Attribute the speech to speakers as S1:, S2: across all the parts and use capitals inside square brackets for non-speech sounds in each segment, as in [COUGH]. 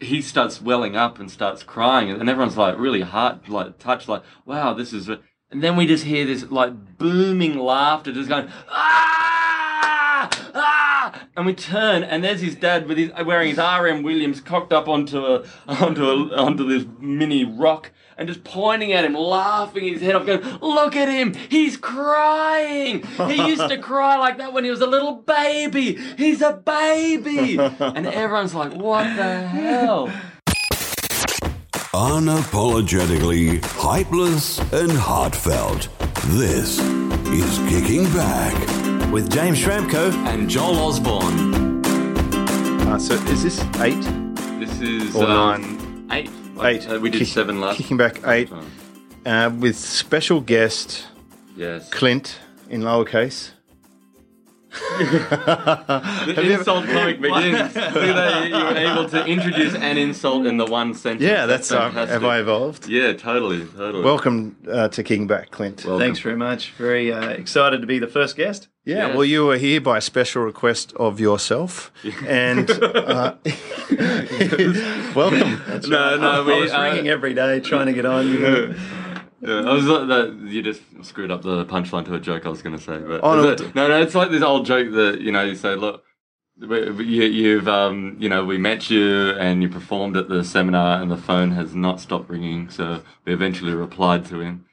S1: he starts welling up and starts crying, and everyone's like really heart like touched, like wow, this is. re-" And then we just hear this like booming laughter, just going ah ah, and we turn, and there's his dad with his wearing his R.M. Williams cocked up onto a [LAUGHS] onto a, onto this mini rock. And just pointing at him, laughing his head off, going, "Look at him! He's crying! He used to cry like that when he was a little baby. He's a
S2: [LAUGHS]
S1: baby!" And everyone's like, "What the hell?"
S3: Unapologetically hypeless and heartfelt. This is Kicking Back.
S2: with James Shramko.
S4: and Joel Osborne.
S2: Uh, so is this eight
S1: This is
S2: or
S1: um,
S2: nine?
S1: eight.
S2: Eight.
S1: Uh, we did
S2: Kick-
S1: seven last.
S2: Kicking back eight
S1: time.
S2: uh, with special guest
S1: Yes.
S2: Clint in lowercase.
S1: The insult comic [LAUGHS] begins. See that you were able to introduce an insult in the one sentence.
S2: Yeah, that's uh,
S1: fantastic.
S2: have I evolved?
S1: Yeah, totally, totally.
S2: Welcome uh, to Kicking Back, Clint.
S1: Welcome.
S5: Thanks very much. Very uh, excited to be the first guest.
S2: Yeah,
S1: Yes.
S2: well, you were here by special request of
S1: [LAUGHS]
S2: yourself, and uh, [LAUGHS] welcome.
S1: No, no,
S5: I
S1: we.
S5: was ringing
S1: Uh,
S5: every day trying to get on. You know.
S1: yeah, I was like, that, you just screwed up the punchline to a joke I was going to say. But
S2: Oh, no.
S1: But- no, no, it's like this old joke that you know you say, look. we- we- You, you've, um, you know, we met you and you performed at the seminar, and the phone has not stopped ringing. So we eventually replied to him,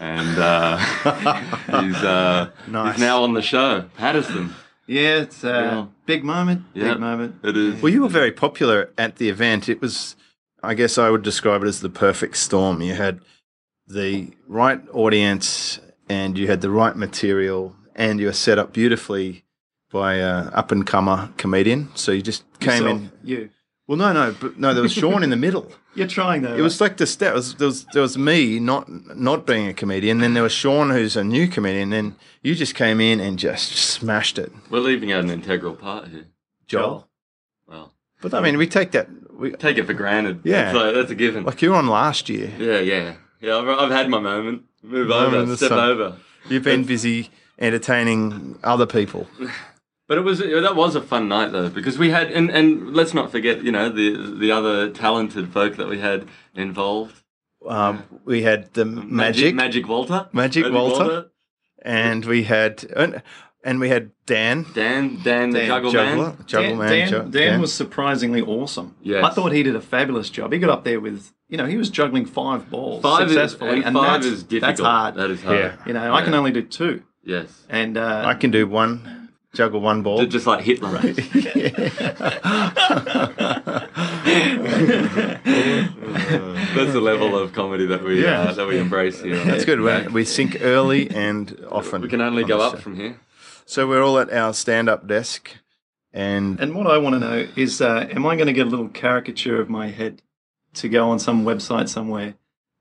S1: and uh, [LAUGHS] he's, uh,
S2: Nice.
S1: he's now on the show, Patterson.
S5: Yeah, it's a
S1: Yeah.
S5: big moment.
S1: Yeah.
S5: Big moment.
S1: It is.
S2: Well, you were very popular at the event. It was, I guess, I would describe it as the perfect storm. You had the right audience, and you had the right material, and you were set up beautifully by an up and comer comedian. So you just came in.
S5: Yourself, You.
S2: Well, no, no, but no, there was Sean in the middle.
S5: You're trying though.
S2: It was like the step. It was, there was there was me not not being a comedian. Then there was Sean, who's a new comedian. Then you just came in and just smashed it,
S1: We're leaving out an integral part here.
S2: Joel.
S1: Well,
S2: But I mean, we take that. We,
S1: take it for granted.
S2: Yeah.
S1: So that's a given.
S2: like you were on last year.
S1: yeah, yeah. Yeah, I've, I've had my moment. Move
S2: Moment in
S1: over,
S2: the
S1: step
S2: sun.
S1: over.
S2: You've been busy entertaining other people.
S1: But it was that was a fun night though because we had and, and let's not forget you know the the other talented folk that we had involved
S2: Um, we had the magic,
S1: Magic Walter
S2: Magic Walter. and we had and, and we had Dan,
S1: Dan Dan the
S2: Dan
S1: Juggle
S2: Juggler,
S1: Man
S2: Juggle
S5: Dan,
S2: Man.
S5: Dan,
S2: Ju-
S5: Dan was surprisingly awesome.
S1: Yes.
S5: I thought he did a fabulous job. He got up there with, you know, he was juggling five balls
S1: five is,
S5: successfully,
S1: and, five
S5: that's,
S1: is difficult
S5: That's hard.
S1: that is hard
S2: Yeah.
S5: you know, I can
S1: Yeah.
S5: only do two,
S1: yes
S5: and uh,
S2: I can do one, juggle one ball.
S1: Ju- just like Hitler [LAUGHS] that's the level of comedy that we
S2: Yeah.
S1: uh, that we embrace here
S2: That's good. We, we sync early and often.
S1: we can only
S2: on
S1: go
S2: the
S1: up
S2: show.
S1: from here
S2: So we're all at our stand-up desk, and,
S5: And what I want to know is, uh, am I going to get a little caricature of my head to go on some website somewhere,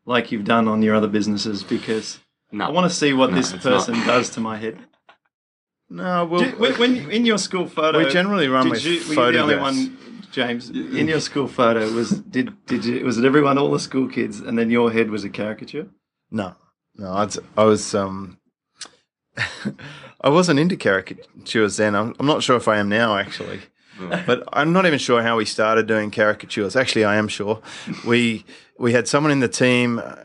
S5: like you've done on your other businesses? Because
S1: no
S5: I want to see what this
S1: it's
S5: person
S1: not.
S5: does to my head.
S2: no, we'll,
S5: Do, when, when in your school photo,
S2: We generally run
S5: did
S2: with
S5: you, were you the only
S2: photographs.
S5: one, James, in your school photo was did did you, was it everyone, all the school kids, and then your head was a caricature?
S2: no, no. I'd, I was um, [LAUGHS] I wasn't into caricatures then. I'm, I'm not sure if I am now actually, but I'm not even sure how we started doing caricatures. Actually, I am sure. We we had someone in the team. uh,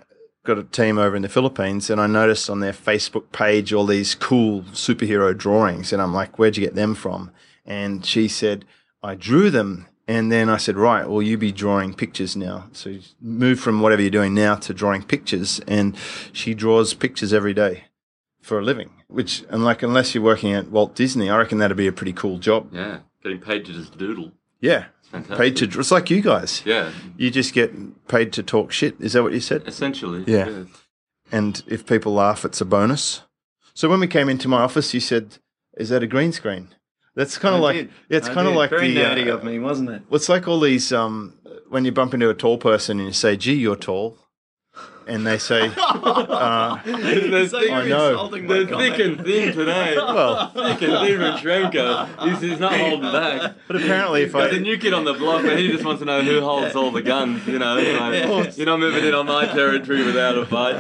S2: Got a team over in the Philippines, and I noticed on their Facebook page all these cool superhero drawings, and I'm like, "Where'd you get them from?" And she said, "I drew them." And then I said, "Right, well, you be drawing pictures now. So you move from whatever you're doing now to drawing pictures." And she draws pictures every day for a living, which, and like, unless you're working at Walt Disney, I reckon that'd be a pretty cool job.
S1: yeah getting paid to just doodle
S2: Yeah.
S1: Fantastic.
S2: Paid to, it's like you guys.
S1: yeah
S2: You just get paid to talk shit. Is that what you said?
S1: essentially
S2: Yeah. And if people laugh, it's a bonus. So when we came into my office, you said, Is that a green screen? That's kind of
S5: I
S2: like,
S5: did.
S2: yeah, it's
S5: I
S2: kind of
S5: did.
S2: like
S5: very
S2: the, uh,
S5: nerdy of me, wasn't it?
S2: Well, it's like all these um, when you bump into a tall person and you say, "Gee, you're tall," and they say, uh,
S5: so you're
S2: I know.
S5: insulting my
S1: They're
S5: comment.
S1: thick and thin today.
S2: well,
S1: thick and thin from Shrenko. He's, he's not holding back.
S2: but apparently if
S1: But the
S2: I
S1: new kid on the block, man, he just wants to know who holds all the guns, you know. Like, you're not moving in on my territory without a fight.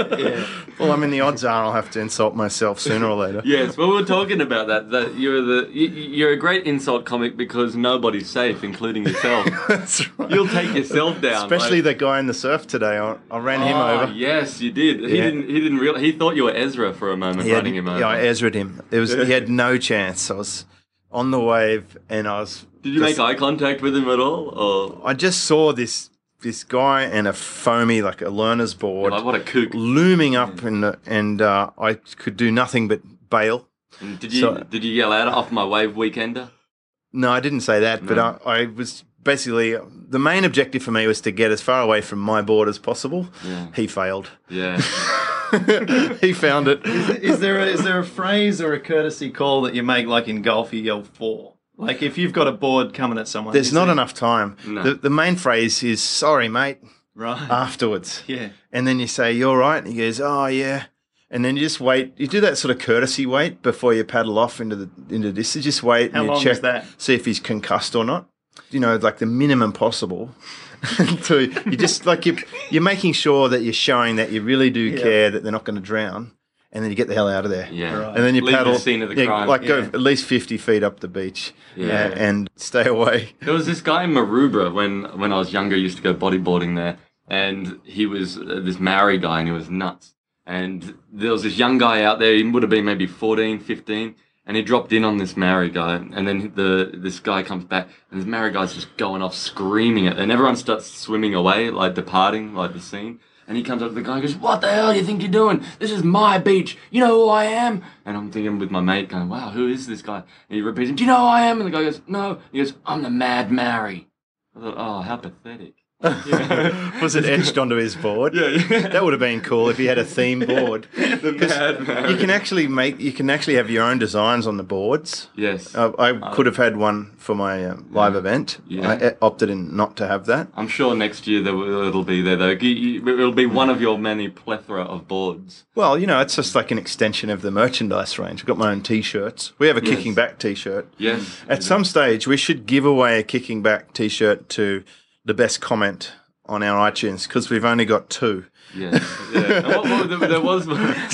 S2: well, I mean, the odds are I'll have to insult myself sooner or later.
S1: Yes, well, we were talking about that. That you're the you, you're a great insult comic because nobody's safe, including yourself.
S2: [LAUGHS] That's right.
S1: You'll take yourself down,
S2: Especially
S1: like-
S2: the guy in the surf today. I, I ran him
S1: Oh,
S2: over.
S1: Yes, you did. He
S2: Yeah.
S1: didn't. He didn't real. He thought you were Ezra for a moment,
S2: He had-
S1: running him over.
S2: Yeah, I Ezra'd him. It was he had no chance. I was on the wave, and I was.
S1: Did you
S2: just-
S1: make eye contact with him at all? Or
S2: I just saw this this guy and a foamy like a learner's board
S1: like what a kook?
S2: looming up, in the, and uh, I could do nothing but bail.
S1: And Did you
S2: So-
S1: did you yell out off my wave weekender?
S2: No, I didn't say that, but
S1: No.
S2: I, I was basically the main objective for me was to get as far away from my board as possible.
S1: Yeah.
S2: He failed. [LAUGHS]
S1: Yeah.
S2: he found
S1: [LAUGHS]
S2: it.
S5: is there a, is there a phrase or a courtesy call that you make like in golf you yell four like if you've got a board coming at someone
S2: There's
S5: you
S2: not
S5: say,
S2: enough time.
S1: No.
S2: The, the main phrase is "Sorry, mate."
S5: right
S2: [LAUGHS] Afterwards,
S5: yeah
S2: and then you say you're right, and he goes, "Oh yeah," and then you just wait. You do that sort of courtesy wait before you paddle off into the into this. You just wait
S5: How
S2: and you
S5: long
S2: check
S5: is that?
S2: see if he's concussed or not. You know, like the minimum possible. [LAUGHS] until you you just like you you're making sure that you're showing that you really do care that they're not going to drown, and then you get the hell out of there.
S1: Yeah.
S5: Right.
S2: And then you
S1: Leave the
S2: paddle,
S1: scene of the
S2: yeah,
S1: crime.
S2: like go
S5: Yeah.
S2: at least fifty feet up the beach,
S1: Yeah.
S2: uh, and stay away.
S1: [LAUGHS] There was this guy in Maroubra when when I was younger. I Used to go bodyboarding there, and he was uh, this Maori guy, and he was nuts. And there was this young guy out there. He would have been maybe 14, 15, and he dropped in on this Maori guy. And then the this guy comes back, and this Maori guy's just going off screaming it, and everyone starts swimming away, like departing, like the scene. And he comes up to the guy and goes, What the hell do you think you're doing? This is my beach. You know who I am? And I'm thinking with my mate, going, Wow, who is this guy? And he repeats, Do you know who I am? And the guy goes, No. And he goes, I'm the Mad Mary. I thought, Oh, how pathetic.
S2: Was it etched onto his board?
S1: yeah.
S2: That would have been cool if he had
S1: [LAUGHS]
S2: a theme board.
S1: the Mad Mary.
S2: You can actually make you can actually have your own designs on the boards.
S1: yes.
S2: Uh, I could have had one for my uh, live event.
S1: Yeah.
S2: I uh, opted in not to have that.
S1: I'm sure next year there will, it'll be there, though. You- you- It'll be one of your many plethora of boards.
S2: Well, you know, it's just like an extension of the merchandise range. I've got my own T-shirts. We have a kicking back T-shirt.
S1: Yes.
S2: At some stage, we should give away a kicking back T-shirt to the best comment on our iTunes because we've only got two.
S1: Yes. Yeah. And what, what, there, there was.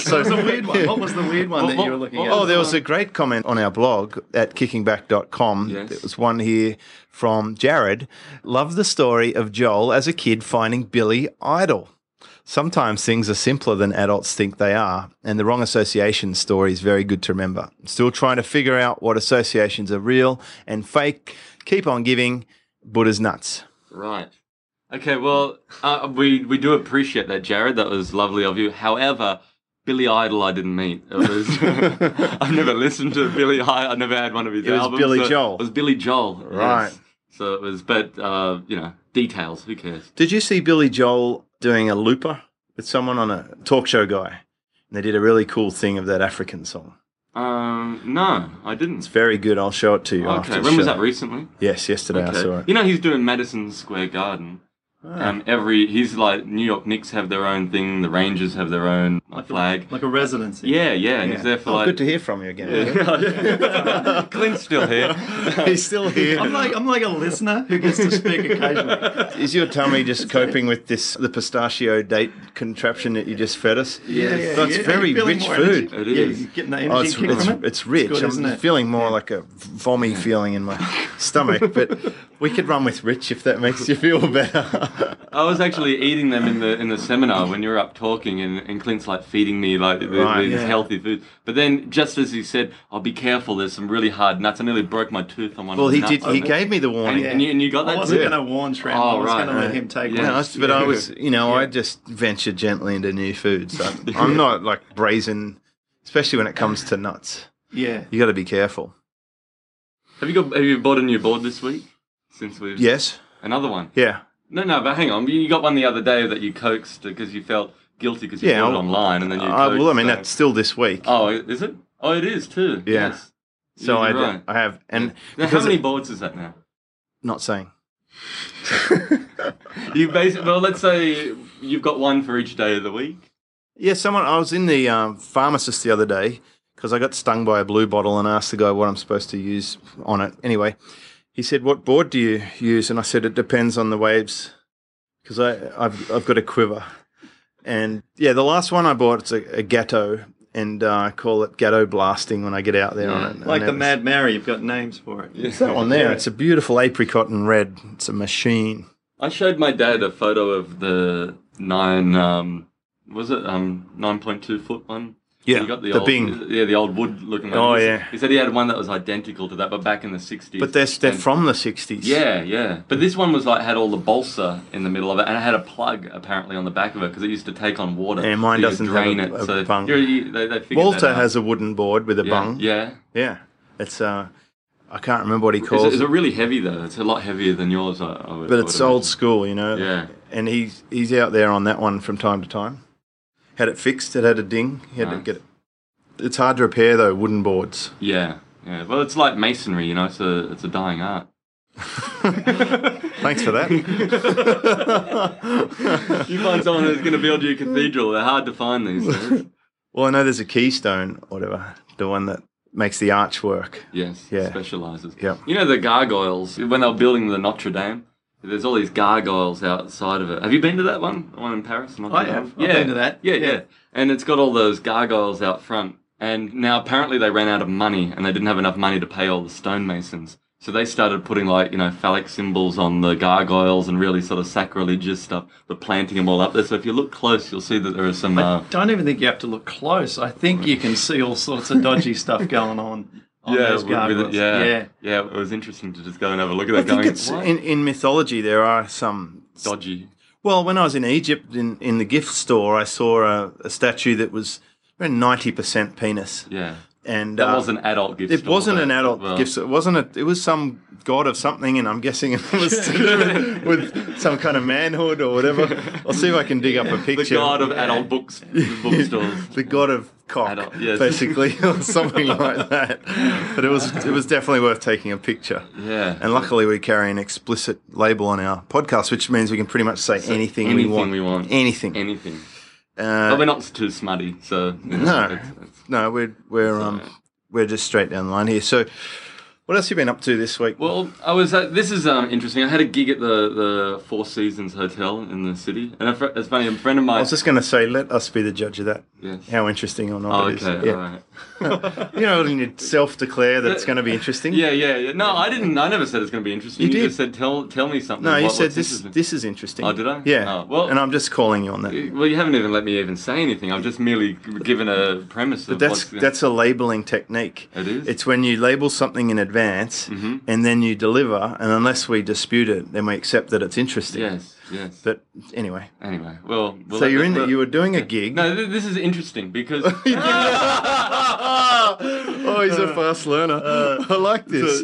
S5: so was a
S2: [LAUGHS]
S5: weird one what was the weird one
S1: What-
S5: that
S1: what-
S5: you were looking
S1: what
S5: at
S2: Oh, there was a great comment on our blog at kickingback.com.
S1: Yes.
S2: There was one here from Jared. Love the story of Joel as a kid finding Billy idol. Sometimes things are simpler than adults think they are, and the wrong association story is very good to remember. Still trying to figure out what associations are real and fake. Keep on giving Buddha's nuts.
S1: Right. Okay. Well, uh, we we do appreciate that, Jared. That was lovely of you. However, Billy Idol, I didn't meet. It
S2: [LAUGHS]
S1: was, [LAUGHS] I've never listened to Billy. I I never had one of his
S2: It was
S1: albums.
S2: Billy
S1: so
S2: Joel.
S1: It was Billy Joel. yes.
S2: Right.
S1: So it was, but uh, you know, details. Who cares?
S2: Did you see Billy Joel doing a looper with someone on a talk show guy? And they did a really cool thing of that African song.
S1: Um, no, I didn't.
S2: It's very good. I'll show it to you. after
S1: Okay.
S2: the
S1: When was
S2: show.
S1: that recently?
S2: Yes, yesterday I saw it.
S1: You know, he's doing Madison Square Garden.
S2: Ah.
S1: Um, every he's like New York Knicks have their own thing. The Rangers have their own like, flag.
S5: like a residency
S1: oh, Yeah, yeah, and he's
S5: Yeah.
S1: there for
S2: Oh,
S1: like
S2: good to hear from you again.
S1: Clint's still here.
S2: He's still here.
S5: I'm like I'm like a listener who gets to
S1: [LAUGHS]
S5: speak occasionally.
S2: Is your tummy just coping with this the pistachio date contraption that you just fed us?
S5: yeah,
S2: That's
S5: yeah.
S2: very
S5: You're feeling
S2: rich
S5: more
S2: food.
S5: energy.
S1: It
S5: Yeah,
S1: is.
S5: you're getting that
S2: Oh,
S5: energy
S2: it's,
S5: kick
S2: it's,
S5: from it.
S2: it's rich.
S5: good, isn't
S2: I'm
S5: it?
S2: feeling more like a vommy feeling in my stomach, but we could run with rich if that makes you feel better.
S1: [LAUGHS] I was actually eating them in the in the seminar when you were up talking, and, and Clint's like feeding me like the,
S2: Right,
S1: these
S5: yeah.
S1: healthy food. But then, just as he said, "I'll be careful. There's some really hard nuts." I nearly broke my tooth on one.
S2: well,
S1: of the
S2: he
S1: nuts
S2: did.
S1: on
S2: He
S1: it.
S2: gave me the
S1: And,
S2: warning.
S1: and you, and you got
S5: I
S1: that
S5: wasn't
S1: too.
S5: going to warn Trent.
S1: Oh,
S5: I was
S1: right,
S5: going to let
S1: right.
S5: him take
S1: Yeah.
S5: one.
S2: No, it's- but I was, you know, I
S5: Yeah.
S2: just venture gently into new foods.
S1: [LAUGHS]
S2: So I'm not like brazen, especially when it comes to nuts.
S5: Yeah.
S2: You got to be careful.
S1: Have you got? Have you bought a new board this week? Since we've
S2: Yes.
S1: another one.
S2: Yeah.
S1: No, no, but hang on. You got one the other day that you coaxed because you felt guilty because you
S2: Yeah,
S1: bought it
S2: I'll-
S1: online, and then you.
S2: Uh, well, I
S1: coaxed
S2: mean,
S1: that.
S2: that's still this week.
S1: Oh, is it? Oh, it is too.
S2: Yeah.
S1: Yes.
S2: so
S1: You're
S2: I,
S1: right.
S2: I have, and
S1: Now, how
S2: because
S1: many
S2: it-
S1: boards is that now?
S2: not saying.
S1: You basically well, let's say you've got one for each day of the week.
S2: Yeah, someone. I was in the um, pharmacist the other day because I got stung by a blue bottle and asked the guy what I'm supposed to use on it. Anyway, he said, "What board do you use?" And I said, "It depends on the waves because I I've I've got a quiver." And yeah, the last one I bought it's a, a gatto, and uh, I call it gatto blasting when I get out there on
S1: Yeah,
S2: it. And
S5: Like the
S2: that was-
S5: Mad Mary, you've got names for it.
S2: It's that one there. It's a beautiful apricot and red. It's a machine.
S1: I showed my dad a photo of the nine. Um, was it um nine point two foot one?
S2: Yeah,
S1: You got the,
S2: the
S1: old,
S2: Bing.
S1: Yeah, the old wood looking. one.
S2: Oh,
S1: He s-
S2: yeah.
S1: He said he had one that was identical to that, but back in the sixties.
S2: But they're, they're from the 60s.
S1: Yeah, yeah. But this one was like had all the balsa in the middle of it, and it had a plug apparently on the back of it because it used to take on water.
S2: Yeah,
S1: so
S2: mine
S1: you could
S2: doesn't have
S1: drain
S2: a-
S1: it.
S2: a
S1: so
S2: bung.
S1: you're- you- they, they figured that
S2: Walter
S1: out.
S2: has a wooden board with a
S1: yeah,
S2: bung.
S1: Yeah.
S2: Yeah. It's, uh, I can't remember what he
S1: Is
S2: calls
S1: it, is
S2: it,
S1: it really heavy though? It's a lot heavier than yours. I, I would,
S2: but
S1: I
S2: it's
S1: would
S2: old
S1: imagine.
S2: school, you know.
S1: Yeah.
S2: And he's, he's out there on that one from time to time. Had it fixed, it had a ding. He had to
S1: Nice.
S2: get it. It's hard to repair, though, wooden boards.
S1: Yeah, yeah. Well, it's like masonry, you know. It's a it's a dying art.
S2: Thanks
S1: [LAUGHS]
S2: for that.
S1: You find someone who's going to build you a cathedral. They're hard to find these days.
S2: well, I know there's a keystone, or whatever, the one that makes the arch work.
S1: Yes,
S2: Yeah.
S1: specializes.
S2: Yeah.
S1: You know the gargoyles when they were building the Notre Dame. There's all these gargoyles outside of it. Have you been to that one? The one in Paris? Notre
S5: I
S1: Dame?
S5: have. Oh, I've been to that.
S1: Yeah, yeah,
S5: Yeah.
S1: And it's got all those gargoyles out front. And now apparently they ran out of money and they didn't have enough money to pay all the stonemasons. So they started putting like, you know, phallic symbols on the gargoyles and really sort of sacrilegious stuff, but planting them all up there. So if you look close, you'll see that there are some.
S5: I
S1: Uh,
S5: don't even think you have to look close. I think you can see all sorts of dodgy stuff going on. on
S1: yeah,
S5: those
S1: with- with it-
S5: gargoyles.
S1: yeah,
S5: yeah.
S1: yeah. It was interesting to just go and have a look at that.
S2: I think
S1: going,
S2: it's
S1: "What?
S2: in, in mythology there are some.
S1: dodgy.
S2: Well, when I was in Egypt in, in the gift store, I saw a, a statue that was around ninety percent penis,
S1: Yeah,
S2: and
S1: that
S2: uh,
S1: was an adult gift.
S2: It
S1: store,
S2: wasn't
S1: but-
S2: an adult
S1: well,
S2: gift. store. It wasn't a. It was some god of something, and I'm guessing it was to do with, with some kind of manhood or whatever. I'll see if I can dig up a
S1: The
S2: picture.
S1: god of adult books,
S2: [LAUGHS]
S1: bookstores.
S2: the god of cock,
S1: Adult, yes.
S2: basically,
S1: [LAUGHS]
S2: or something like that. But it was it was definitely worth taking a picture.
S1: Yeah.
S2: And luckily, we carry an explicit label on our podcast, which means we can pretty much say anything,
S1: anything
S2: we want.
S1: we want.
S2: Anything.
S1: Anything.
S2: Uh,
S1: But we're not too smutty, so you know,
S2: no,
S1: it's- it's-
S2: no, we're we're um, we're just straight down the line here. So, what else have you been up to this week?
S1: Well, I was. At, this is um, interesting. I had a gig at the, the Four Seasons Hotel in the city, and a fr- it's funny. A friend of
S2: I
S1: mine.
S2: was just going to say, let us be the judge of that.
S1: Yes.
S2: How interesting or not
S1: oh,
S2: it is.
S1: okay.
S2: yeah.
S1: All
S2: [LAUGHS]
S1: right.
S2: You know, when you self-declare that it's going to be interesting.
S1: Yeah, yeah, yeah. No, I didn't. I never said it's going to be interesting.
S2: You
S1: You,
S2: did.
S1: just said tell tell me something.
S2: No, you
S1: What-
S2: said
S1: what's
S2: this.
S1: interesting?
S2: This is interesting.
S1: Oh, did I?
S2: Yeah.
S1: Oh, well-
S2: and I'm just calling you on that.
S1: Well, you haven't even let me even say anything. I've just merely g- given a premise. But of
S2: That's
S1: what's-
S2: that's a labeling technique.
S1: It is? Mm-hmm.
S2: It's when you label something in advance and then you deliver, and unless we dispute it, then we accept that it's interesting.
S1: Yes. Yes.
S2: But anyway,
S1: anyway, well. we'll
S2: so
S1: let
S2: you're
S1: that-
S2: in that
S1: well-
S2: you were doing a gig.
S1: No, th- this is interesting
S2: [LAUGHS]
S1: because. [LAUGHS]
S2: oh, he's
S1: Uh,
S2: a fast learner. I like this.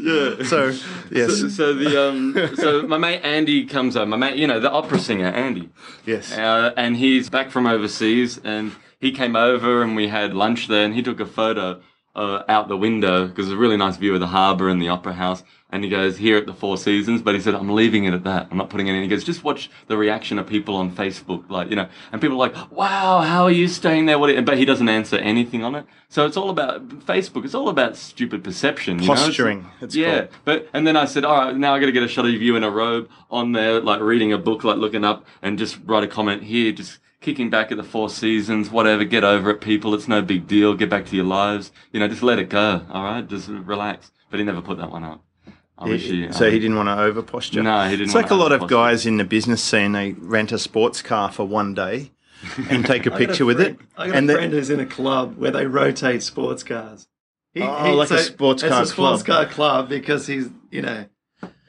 S2: So, yes,
S1: [LAUGHS] So, so the um, so my mate Andy comes over. My mate, you know, the opera singer Andy,
S2: yes.
S1: uh, and he's back from overseas, and he came over and we had lunch there, and he took a photo uh, out the window because it's a really nice view of the harbour and the opera house. And he goes here at the Four Seasons, but he said I'm leaving it at that. I'm not putting it in. He goes just watch the reaction of people on Facebook, like you know, and people are like, "Wow, how are you staying there?" What? Are you-" But he doesn't answer anything on it. So it's all about Facebook. It's all about stupid perception, you know? It's-
S2: Posturing, it's
S1: yeah,
S2: called.
S1: but and then I said, all right, now I got to get a shot of you in a robe on there, like reading a book, like looking up, and just write a comment here, just kicking back at the Four Seasons, whatever. Get over it, people. It's no big deal. Get back to your lives. You know, just let it go. All right, just relax. But he never put that one up. I wish he. um,
S2: so
S1: I-
S2: he didn't want to over posture.
S1: uh, No, he didn't
S2: It's like a
S1: wanna
S2: lot of
S1: over-posture.
S2: guys in the business scene. They rent a sports car for one day and take a
S5: [LAUGHS] I got a
S2: picture with it.
S5: friend- I got
S2: and
S5: a
S2: they-
S5: friend who's in a club where they rotate sports cars. He,
S2: Oh, like a sports car
S5: It's a sports
S2: club.
S5: car club because he's you know.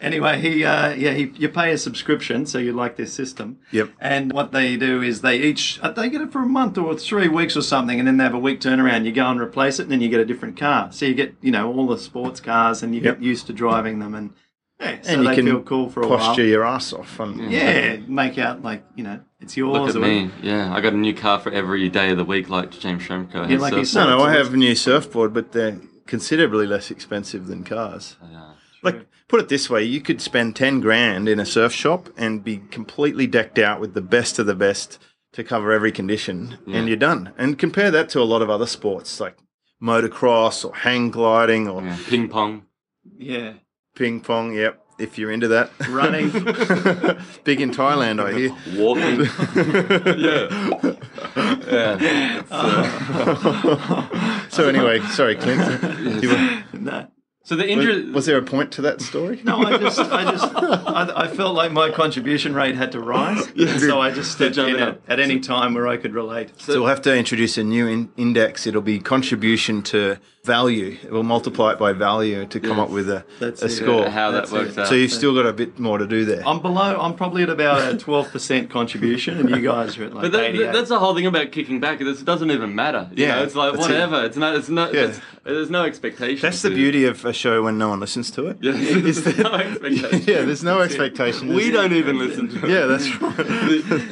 S5: Anyway, he uh, yeah he, you pay a subscription, so you like this system.
S2: Yep.
S5: And what they do is they each uh, they get it for a month or three weeks or something, and then they have a week turnaround. You go and replace it, and then you get a different car. So you get you know all the sports cars, and you
S2: Yep.
S5: get used to driving them, and yeah, so
S2: and
S5: they
S2: you can
S5: feel cool for a
S2: posture
S5: while.
S2: your ass off. On,
S5: Yeah, make out like you know it's yours.
S1: Look at
S5: or-
S1: me. Yeah, I got a new car for every day of the week, like James Shremko. has,
S5: Yeah, like
S1: so-
S5: he said.
S2: No, no, I have a new surfboard, but they're considerably less expensive than cars.
S1: Yeah.
S2: Like, put it this way: you could spend ten grand in a surf shop and be completely decked out with the best of the best to cover every condition, and you're done. And compare that to a lot of other sports like motocross or hang gliding or
S1: Yeah. Ping pong.
S5: Yeah.
S2: ping pong. Yep, if you're into that,
S5: Running.
S2: [LAUGHS] big in Thailand, I hear.
S1: Walking. [LAUGHS] yeah.
S2: [LAUGHS]
S1: yeah.
S2: So anyway, sorry, Clint. [LAUGHS] You were-
S5: no.
S1: So the injury.
S2: was there a point to that story?
S5: No, I just, I just, I, I felt like my contribution rate had
S1: [LAUGHS]
S5: to rise, and so I just stepped
S1: Jump
S5: in
S1: it
S5: at,
S1: up.
S5: at any time where I could relate.
S2: So we'll have to introduce a new in- index. It'll be contribution to value. We'll multiply it by value to come up with a,
S5: That's
S2: a
S5: it.
S2: score.
S1: how that
S5: That's
S1: works
S5: it.
S1: out.
S2: so you've still got a bit more to do there.
S5: I'm below. I'm probably at about a twelve percent contribution, and you guys are at like
S1: But that,
S5: 88.
S1: that, that's the whole thing about kicking back. It doesn't even matter. You
S2: Yeah,
S1: know, it's like
S2: that's it.
S1: whatever. It's no. It's no.
S2: Yeah.
S1: It's, there's no expectation.
S2: That's the
S1: to-
S2: beauty of a show when no one listens to it.
S1: Yeah, [LAUGHS]
S2: Is
S1: there's no
S2: that-
S1: expectation.
S2: [LAUGHS] yeah
S1: [LAUGHS]
S2: there's no expectation.
S1: We don't even listen to it.
S2: Yeah, that's right.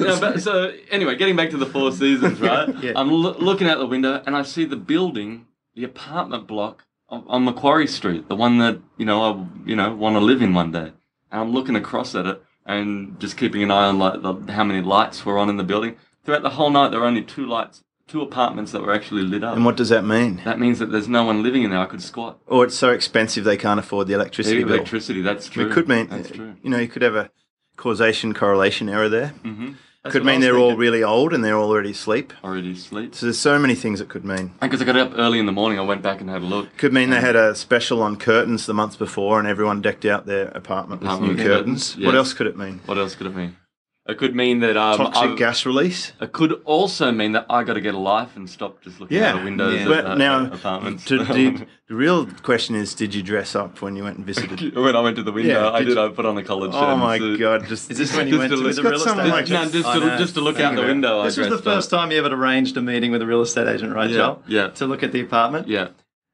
S1: [LAUGHS] Yeah, but, so anyway, getting back to the Four
S2: [LAUGHS]
S1: Seasons, right?
S5: Yeah.
S1: I'm loo- looking out the window and I see the building, the apartment block on, on Macquarie Street, the one that you know I you know want to live in one day. And I'm looking across at it and just keeping an eye on like the, how many lights were on in the building. Throughout the whole night, there were only two lights, two apartments that were actually lit up.
S2: And what does that mean?
S1: that means that there's no one living in there. I could squat.
S2: Or it's so expensive they can't afford the electricity bill.
S1: Electricity. That's true.
S2: It could mean,
S1: that's true.
S2: you know, you could have a causation correlation error there.
S1: hmm
S5: That's
S2: could
S5: what I
S2: mean
S5: was
S2: they're all
S5: thinking.
S2: really old and they're already asleep.
S1: Already sleep.
S2: So there's so many things it could mean.
S1: Because I got up early in the morning, I went back and had a look.
S2: Could mean they had a special on curtains the month before, and everyone decked out their apartment with new
S1: Apartment
S2: curtains.
S1: curtains,
S2: What
S1: yes.
S2: else could it mean?
S1: What else could it mean? It could mean that um,
S2: Toxic
S1: I-
S2: gas release.
S1: It could also mean that I got to get a life and stop just looking out
S2: Yeah,
S1: the windows
S5: Yeah.
S1: at
S2: But
S1: the-
S2: now,
S1: at apartments. [LAUGHS]
S2: to- did- the real question is, did you dress up when you went and
S1: [LAUGHS]
S2: visited?
S1: when I went to the window,
S2: Yeah,
S1: I
S2: did
S1: did.
S2: you-
S1: I put on a collared shirt.
S2: oh
S1: and
S2: my
S1: suit.
S2: god! Just
S5: Is this when
S1: Just
S5: you went
S1: to
S5: to
S1: look-
S5: with
S2: It's
S5: the
S2: got
S5: real estate
S2: something like
S5: agent?
S1: No, just
S5: I
S1: to,
S5: know.
S1: just to look
S5: Think
S1: out the
S5: about it.
S1: window. I
S5: This was the
S1: dressed up.
S5: first time you ever arranged a meeting with a real estate agent, right,
S1: Yeah,
S5: Joel?
S1: yeah.
S5: To look at the apartment.
S1: Yeah.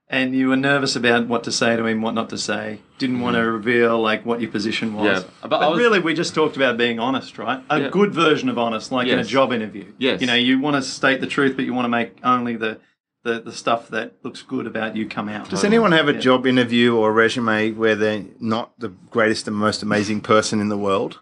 S5: And you were nervous about what to say to him, what not to say. Didn't want to reveal like what your position was.
S1: Mm-hmm. Yeah,
S5: But,
S1: but I was-
S5: really, we just talked about being honest, right? A
S1: Yeah.
S5: good version of honest, like in a
S1: Yes.
S5: job interview.
S1: Yes.
S5: You know, you want to state the truth, but you want to make only the the, the stuff that looks good about you come out.
S2: Does anyone have a job interview or resume where they're not the greatest and most amazing person in the world?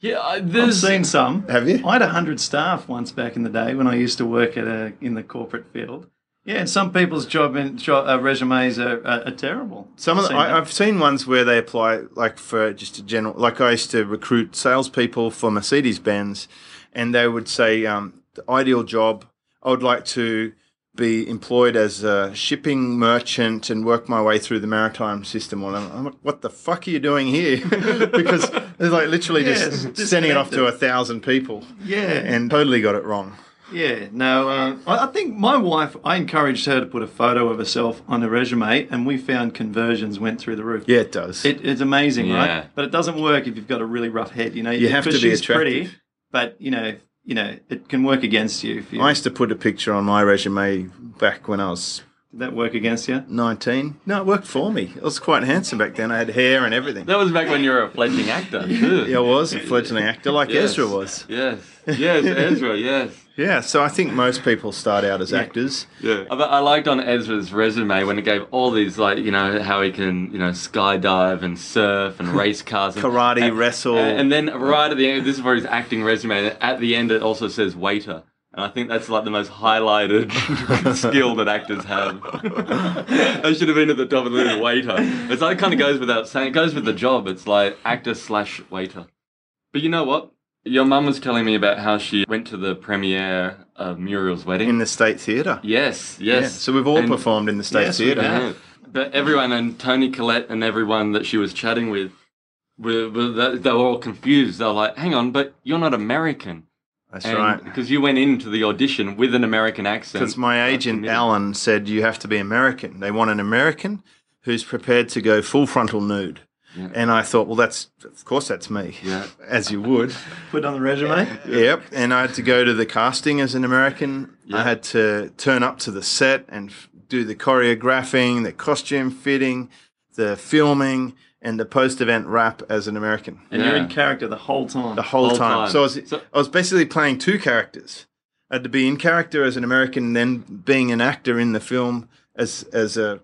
S1: Yeah. I,
S5: I've
S1: there's.
S5: seen some.
S2: Have you?
S5: I had 100 staff once back in the day when I used to work at a, in the corporate field. Yeah, and some people's job and job, uh, resumes are, are, are terrible.
S2: Some of the,
S5: I've seen that.
S2: I, I've seen ones where they apply like for just a general. Like I used to recruit salespeople for Mercedes Benz, and they would say um, the ideal job. I would like to be employed as a shipping merchant and work my way through the maritime system. Well, I'm, I'm like, what the fuck are you doing here?
S5: [LAUGHS]
S2: because it's like literally
S5: Yes,
S2: just sending it off to a
S5: disconnected.
S2: thousand people,
S5: yeah,
S2: and totally got it wrong.
S5: yeah. No, uh, I, I think my wife. I encouraged her to put a photo of herself on a resume, and we found conversions went through the roof.
S2: Yeah, it does.
S5: It, it's amazing,
S1: Yeah.
S5: right? But it doesn't work if you've got a really rough head. You know,
S2: You have to
S5: because
S2: be
S5: she's pretty,
S2: attractive.
S5: but you know, you know, it can work against you. If you
S2: I used to put a picture on my resume back when I was
S5: did that work against you?
S2: 19. No, it worked for me. I was quite handsome back then. I had hair and everything.
S1: That was back when you were a fledgling actor. too.
S2: [LAUGHS] Yeah, I was a fledgling actor like
S1: Yes.
S2: Ezra was.
S1: Yes. Yes. Ezra. Yes.
S2: Yeah, so I think most people start out as actors.
S1: Yeah. I, I liked on Ezra's resume when it gave all these like you know how he can you know skydive and surf and race cars, and,
S2: Karate,
S1: and-
S2: wrestle.
S1: and, and then right at the end, this is for his acting resume. At the end, it also says waiter, and I think that's like the most highlighted
S2: [LAUGHS]
S1: skill that actors have. I should have been at the top of the list, waiter. It's like kind of goes without saying. It goes with the job. It's like actor slash waiter. But you know what? Your mum was telling me about how she went to the premiere of Muriel's wedding.
S2: In the State Theatre.
S1: Yes,
S2: Yeah,
S1: yes.
S2: so we've all
S1: And-
S2: performed in the State
S5: Yes, we
S2: Theatre.
S5: have.
S1: yeah. But everyone and Tony Collette and everyone that she was chatting with, were, were they, they were all confused. They were like, "Hang on, but you're not American."
S2: That's right.
S1: Because you went into the audition with an American accent.
S2: Because my agent,
S1: committed.
S2: Alan, said you have to be American. They want an American who's prepared to go full frontal nude. And I thought, well, that's, of course, that's me,
S1: Yeah.
S2: as you would.
S5: Put it on the resume.
S2: Yep, and I had to go to the casting as an American. I
S1: Yeah.
S2: had to turn up to the set and f- do the choreographing, the costume fitting, the filming, and the post-event wrap as an American
S5: [LAUGHS] And you're in
S1: Yeah.
S5: character the whole time.
S2: the whole,
S1: Whole
S2: time.
S1: time.
S2: So I was
S1: So-
S2: I was basically playing two characters. I had to be in character as an American, and then being an actor in the film as as a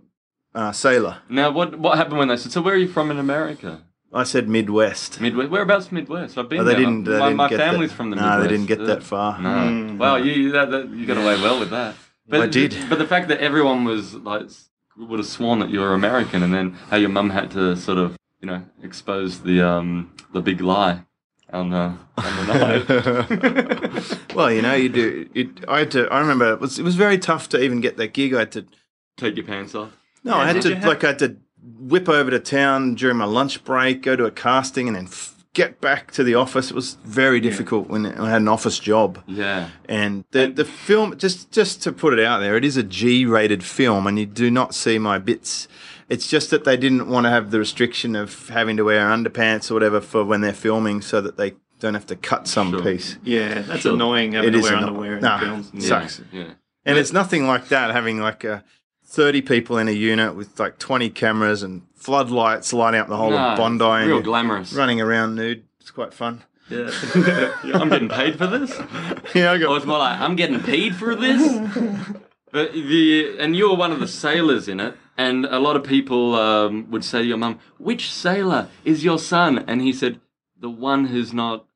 S2: uh, sailor.
S1: Now, what what happened when they said, "So where are you from in America?
S2: I said Midwest. [LAUGHS]
S1: Midwest? Whereabouts Midwest? I've been
S2: Oh, they
S1: there.
S2: didn't. They
S1: my
S2: didn't
S1: my
S2: get
S1: family's
S2: that.
S1: from the
S2: no,
S1: Midwest.
S2: they didn't get
S1: Ugh.
S2: that far. Hmm.
S1: No. Wow, you you, that, that, you got away well with that. But
S2: I did.
S1: But the fact that everyone was like would have sworn that you were American, and then how your mum had to sort of you know expose the um the big lie on the on the night.
S2: [LAUGHS] well, you know, you do. It, I had to. I remember it was, it was very tough to even get that gig. I had to.
S1: Take your pants off.
S2: No, I had
S5: did
S2: to
S5: you have-
S2: like I had to whip over to town during my lunch break, go to a casting, and then f- get back to the office. It was very difficult when I had an office job.
S1: Yeah.
S2: And the the film just just to put it out there, it is a G rated film, and you do not see my bits. It's just that they didn't want to have the restriction of having to wear underpants or whatever for when they're filming, so that they don't have to cut some
S1: Sure.
S2: piece.
S5: Yeah, that's
S1: Sure.
S5: annoying having
S2: It
S5: to
S2: is
S5: wear
S2: anno-
S5: underwear in
S2: Nah.
S5: films.
S1: Yeah,
S2: Sucks.
S1: Yeah.
S2: And it's nothing like that having like a 30 people in a unit with like 20 cameras and floodlights lighting up the whole
S1: Nah,
S2: of Bondi and
S1: Real
S2: you're
S1: glamorous.
S2: running around nude. It's quite fun. [LAUGHS]
S1: Yeah. [LAUGHS] I'm getting paid for this.
S2: Yeah, I
S1: Or
S2: got
S1: Oh, it's more like I'm getting paid for
S2: [LAUGHS]
S1: this. But the and you were one of the sailors in it, and a lot of people um, would say to your mum, "Which sailor is your son?" And he said, "The one who's not."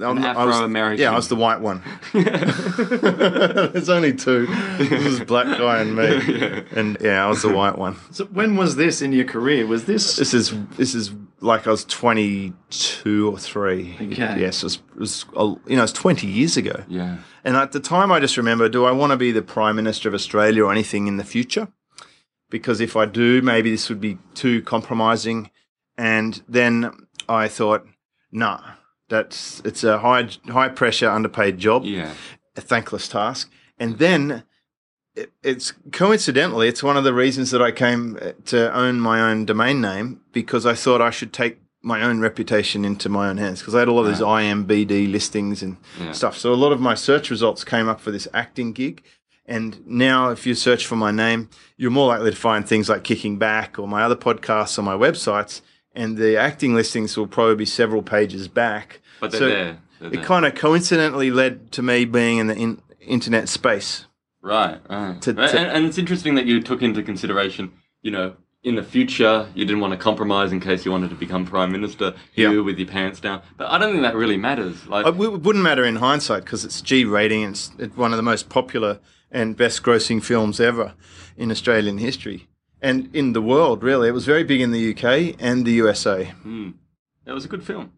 S2: I'm-
S1: an
S2: I was-
S1: Afro-American.
S2: Yeah, I was the
S1: [LAUGHS]
S2: white one. [LAUGHS] There's only two. This is black guy and me.
S1: [LAUGHS]
S2: And yeah, I was the white one.
S5: So when was this in your career? Was this
S2: This is this is like I was 22 or 3.
S5: Okay.
S2: Yes, it was, it was uh, you know, it's 20 years ago.
S1: Yeah.
S2: And at the time, I just remember do I want to be the Prime Minister of Australia or anything in the future? Because if I do, maybe this would be too compromising. And then I thought, nah, that's it's a high high pressure, underpaid job,
S1: Yeah.
S2: a thankless task. And then it, it's coincidentally, it's one of the reasons that I came uh, to own my own domain name because I thought I should take my own reputation into my own hands because I had a lot of these IMBD listings and
S1: Yeah.
S2: stuff. So a lot of my search results came up for this acting gig. And now, if you search for my name, you're more likely to find things like Kicking Back or my other podcasts or my websites. And the acting listings will probably be several pages back.
S1: But they're
S2: So
S1: there. They're there.
S2: It kind of coincidentally led to me being in the in- internet space.
S1: Right, right.
S2: To-
S1: Right,
S2: to-
S1: and, and it's interesting that you took into consideration, you know, in the future, you didn't want to compromise in case you wanted to become prime minister.
S2: Yeah.
S1: You with your pants down, but I don't think that really matters. Like,
S2: It w- wouldn't matter in hindsight because it's G rating and it's it's one of the most popular and best grossing films ever in Australian history and in the world, really. It was very big in the UK and the USA.
S1: It was a good film.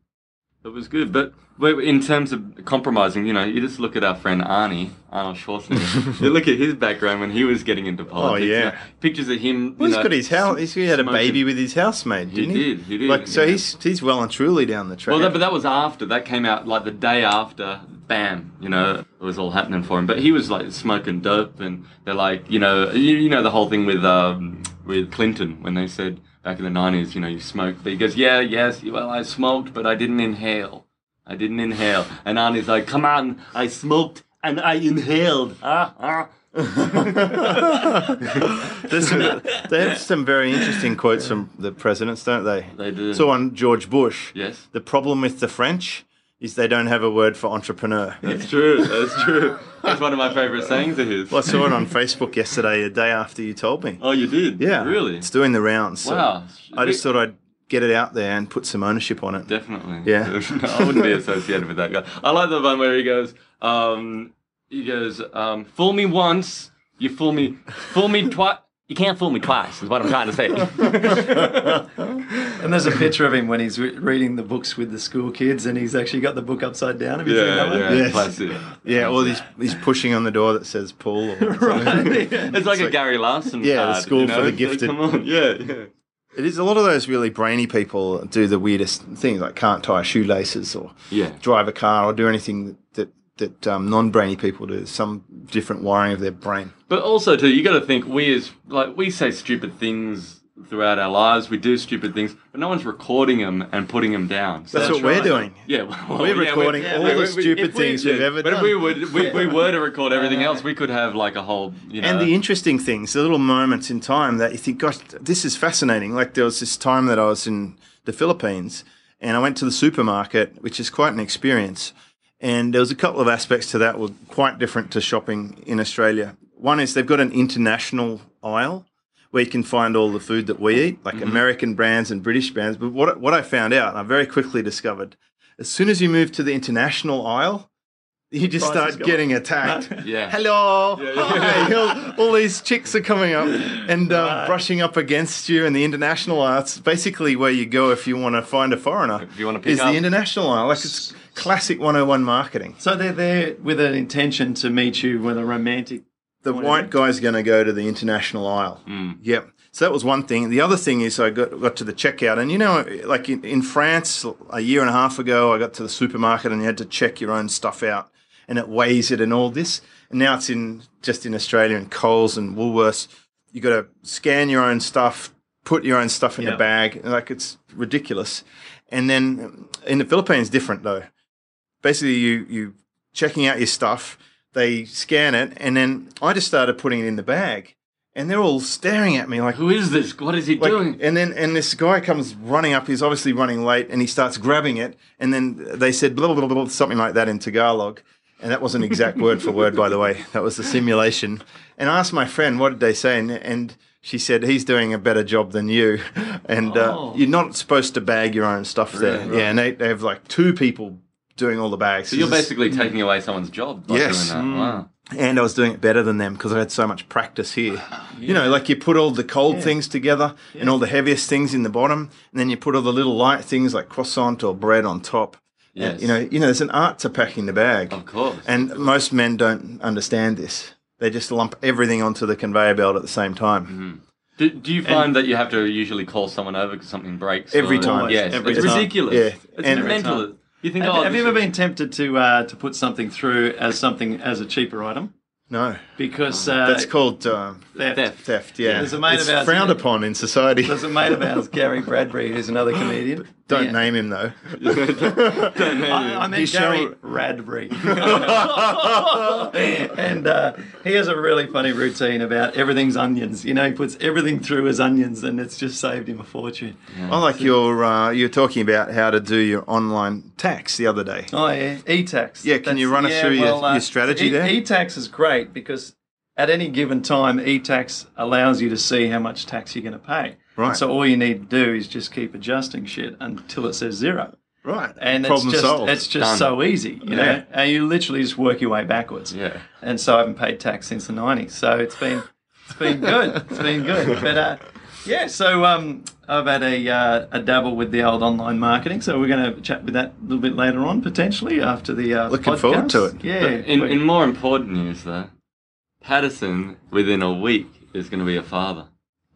S1: It was good, but wait, in terms of compromising, you know, you just look at our friend Arnie, Arnold
S2: [LAUGHS]
S1: Schwarzenegger. you look at his background when he was getting into politics.
S2: Oh, yeah.
S1: you know, pictures of him.
S2: Well,
S1: you
S2: he's
S1: know,
S2: got his house. He's, he had a
S1: smoking.
S2: baby with his housemaid,
S1: He
S2: didn't he?
S1: did, he did,
S2: Like, so
S1: yeah.
S2: he's he's well and truly down the track.
S1: Well, that, but that was after. That came out like the day after. Bam, you know, it was all happening for him. But he was like smoking dope, and they're like, you know, you, you know the whole thing with um, with Clinton when they said back in the nineties, you know, you smoked. But he goes, yeah, yes, well, I smoked, but I didn't inhale. I didn't inhale. And Arnie's like, come on, I smoked and I inhaled. Ah, [LAUGHS] ah. [LAUGHS]
S2: There's some, they have some very interesting quotes from the presidents, don't they?
S1: They do.
S2: So on George Bush,
S1: Yes.
S2: the problem with the French is they don't have a word for entrepreneur.
S1: That's true. That's true. That's one of my favorite sayings of his.
S2: Well, I saw it on Facebook yesterday, a day after you told me.
S1: Oh, you did?
S2: Yeah,
S1: Really?
S2: It's doing the rounds. so
S1: Wow.
S2: I just thought I'd get it out there and put some ownership on it.
S1: Definitely.
S2: Yeah.
S1: [LAUGHS] I wouldn't be associated with that guy. I like the one where he goes, um, he goes, um, fool me once, you fool me, fool
S2: [LAUGHS]
S1: me twice. You can't fool me twice, is what I'm trying to [LAUGHS] say.
S5: and there's a picture of him when he's re- reading the books with the school kids, and he's actually got the book upside down. Have you seen that one?
S1: yeah,
S2: Yes.
S1: classic.
S2: Yeah, well, he's, he's pushing on the door that says Paul.
S1: [LAUGHS]
S2: Or
S5: Right.
S2: [LAUGHS]
S5: [LAUGHS]
S1: It's like a Gary Larson.
S2: Yeah, the
S1: card,
S2: school
S1: you
S2: for
S1: know?
S2: the
S1: So
S2: gifted.
S1: Come on, yeah, yeah.
S2: It is a lot of those really brainy people do the weirdest things, like can't tie shoelaces or
S1: Yeah.
S2: drive a car or do anything that that um, non-brainy people do. Some different wiring of their brain.
S1: But also too, you got to think we as like we say stupid things throughout our lives. We do stupid things, but no one's recording them and putting them down. So
S2: That's, what we're doing.
S1: Yeah, [LAUGHS] well,
S2: We're
S1: yeah, we-
S2: recording
S1: yeah,
S2: all
S1: we-
S2: the
S1: we-
S2: stupid
S1: if we-
S2: things we've ever
S1: but
S2: done.
S1: if we were, we, we were to record everything else, we could have like a whole, you know.
S2: And the interesting things, the little moments in time that you think, gosh, this is fascinating. Like there was this time that I was in the Philippines and I went to the supermarket, which is quite an experience. And there was a couple of aspects to that were quite different to shopping in Australia. One is they've got an international aisle, where you can find all the food that we eat,
S1: Mm-hmm.
S2: like American brands and British brands. But what what I found out, and I very quickly discovered, as soon as you move to the international aisle, you just
S5: prices
S2: start
S5: go
S2: getting attacked.
S1: [LAUGHS]
S2: [LAUGHS]
S1: Yeah.
S2: Hello,
S1: Yeah, yeah. [LAUGHS]
S2: hi. All- all these chicks are coming up and uh, brushing up against you. And the international aisle, it's basically where you go if you want to find a foreigner.
S1: If you wanna pick
S2: is
S1: up.
S2: the international aisle? Like it's classic 101 marketing.
S5: So they're there with an intention to meet you with a romantic.
S2: the
S5: Point of
S2: white
S5: it. Mm.
S2: guy's going to go to the international aisle. Yep. So that was one thing. The other thing is I got, got to the checkout, and you know, like in, in France a year and a half ago, I got to the supermarket and you had to check your own stuff out, and it weighs it and all this. And now it's in just in Australia and Coles and Woolworths. You got to scan your own stuff, put your own stuff in a
S5: Yeah.
S2: bag. Like it's ridiculous. And then um, in the Philippines, different though basically you you checking out your stuff they scan it and then i just started putting it in the bag and they're all staring at me like,
S1: Who is this? What is he
S2: like
S1: doing?
S2: and then and this guy comes running up he's obviously running late and he starts grabbing it and then they said blah blah blah, blah something like that in tagalog and that wasn't exact word for word by the way that was the simulation and i asked my friend what did they say and, and she said he's doing a better job than you and
S5: Oh.
S2: uh, you're not supposed to bag your own stuff there
S1: Really?
S2: yeah and they, they have like two people doing all the bags
S1: So you're
S2: This is-
S1: basically taking away someone's job by
S2: Yes.
S1: doing that. Wow.
S2: and I was doing it better than them because I had so much practice here. You know, like you put all the cold things together and all the heaviest things in the bottom, and then you put all the little light things like croissant or bread on top. And,
S1: Yes.
S2: you know, you know, there's an art to packing the bag,
S1: Of course.
S2: and most men don't understand this. They just lump everything onto the conveyor belt at the same time.
S5: Mm-hmm.
S1: do, do you find that you have to usually call someone over because something breaks?
S2: Every
S1: or-
S2: time.
S1: Yes.
S5: Every
S1: it's
S5: time.
S1: ridiculous.
S2: Yeah.
S1: It's
S2: And-
S1: mental. You think,
S5: Have,
S1: oh,
S5: have you
S1: this
S5: ever
S1: is-
S5: been tempted to uh, to put something through as something as a cheaper item
S2: No,
S5: because uh,
S2: Oh, that's called um,
S5: theft.
S1: theft.
S2: theft. Yeah,
S5: There's a mate
S2: it's
S5: of ours-
S2: frowned upon in society.
S5: There's a mate of ours, Gary Bradbury, who's
S2: [GASPS]
S5: another comedian.
S2: [LAUGHS] Don't
S5: Yeah.
S2: name him though.
S5: I, I meant
S2: shall-
S5: Gary
S2: [LAUGHS]
S5: Radbury. [LAUGHS] and uh, he has a really funny routine about everything's onions. You know, he puts everything through as onions, and it's just saved him a fortune.
S2: I like your uh, you're talking about how to do your online tax the other day.
S5: Oh yeah, e-tax.
S2: Yeah, can you run us through your- your strategy
S5: e-
S2: there?
S5: E-tax is great because at any given time, e-tax allows you to see how much tax you're going to pay.
S2: Right.
S5: So all you need to do is just keep adjusting shit until it says zero.
S2: Right,
S5: and
S2: problem
S5: it's just,
S2: solved.
S5: It's just
S1: Done.
S5: so easy,
S2: Yeah.
S5: you know. And you literally just work your way backwards.
S1: Yeah.
S5: And so I haven't paid tax since the '90s, so it's been it's been good. It's been good. But uh, yeah, so um, I've had a uh, a dabble with the old online marketing, so we're going to chat with that a little bit later on, potentially after the uh,
S2: Looking forward
S5: podcast.
S2: to it.
S5: Yeah.
S1: But in,
S5: we-
S1: in more important news, though, Patterson within a week is going to be a father.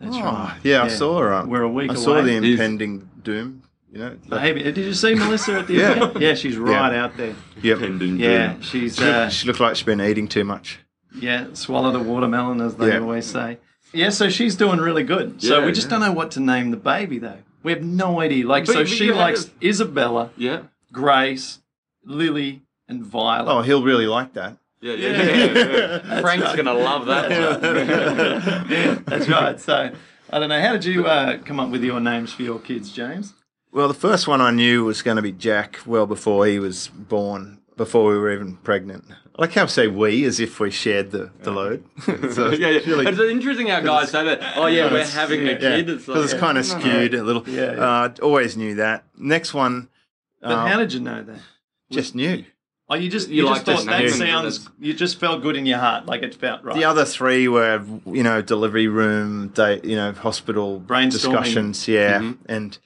S5: that's
S2: Oh,
S5: right.
S2: yeah, I
S5: Yeah.
S2: saw. Uh,
S5: We're a week
S2: I saw the
S5: away.
S1: He's-
S2: impending doom. You know. that-
S5: Hey, did you see Melissa at the
S2: Yeah.
S5: event? Yeah, she's right
S2: Yeah.
S5: out there.
S2: Yep.
S1: Pending
S5: Yeah,
S1: doom.
S5: she's
S2: She looked-
S5: uh,
S2: she looked like she'd been eating too much.
S5: Yeah, swallow the watermelon, as they
S2: Yeah.
S5: always say. Yeah, so she's doing really good. So
S1: Yeah,
S5: we just
S1: yeah.
S5: don't know what to name the baby, though. We have no idea. Like,
S1: But-
S5: so
S1: but
S5: she
S1: you
S5: likes
S1: have-
S5: Isabella,
S1: Yeah.
S5: Grace, Lily, and Violet.
S2: Oh, he'll really like that.
S1: Yeah, yeah, yeah. yeah. Frank's going to love that. one. [LAUGHS]
S5: That's right. So I don't know. How did you uh, come up with your names for your kids, James?
S2: Well, the first one I knew was going to be Jack. Well, before he was born, before we were even pregnant. I like how I say we as if we shared the, the
S5: [LAUGHS]
S2: load. [LAUGHS]
S1: [LAUGHS]
S2: so
S1: yeah, yeah.
S2: it's really-
S1: it's interesting how guys say that. Oh yeah, we're having a
S2: [LAUGHS] Yeah,
S1: kid. It's
S2: because it's,
S1: like yeah.
S2: kind of skewed a little.
S5: Yeah, yeah.
S2: Uh, always knew that. Next one,
S5: But how did you know that?
S2: just knew.
S5: Oh, you just
S1: Um, You
S5: you,
S1: like
S5: just
S1: that
S5: thought that
S1: name.
S5: sounds. You just felt good in your heart, like it felt right.
S2: The other three were, you know, delivery room, day, you know, hospital
S5: Brainstorming. Mm-hmm.
S2: discussions. Yeah, and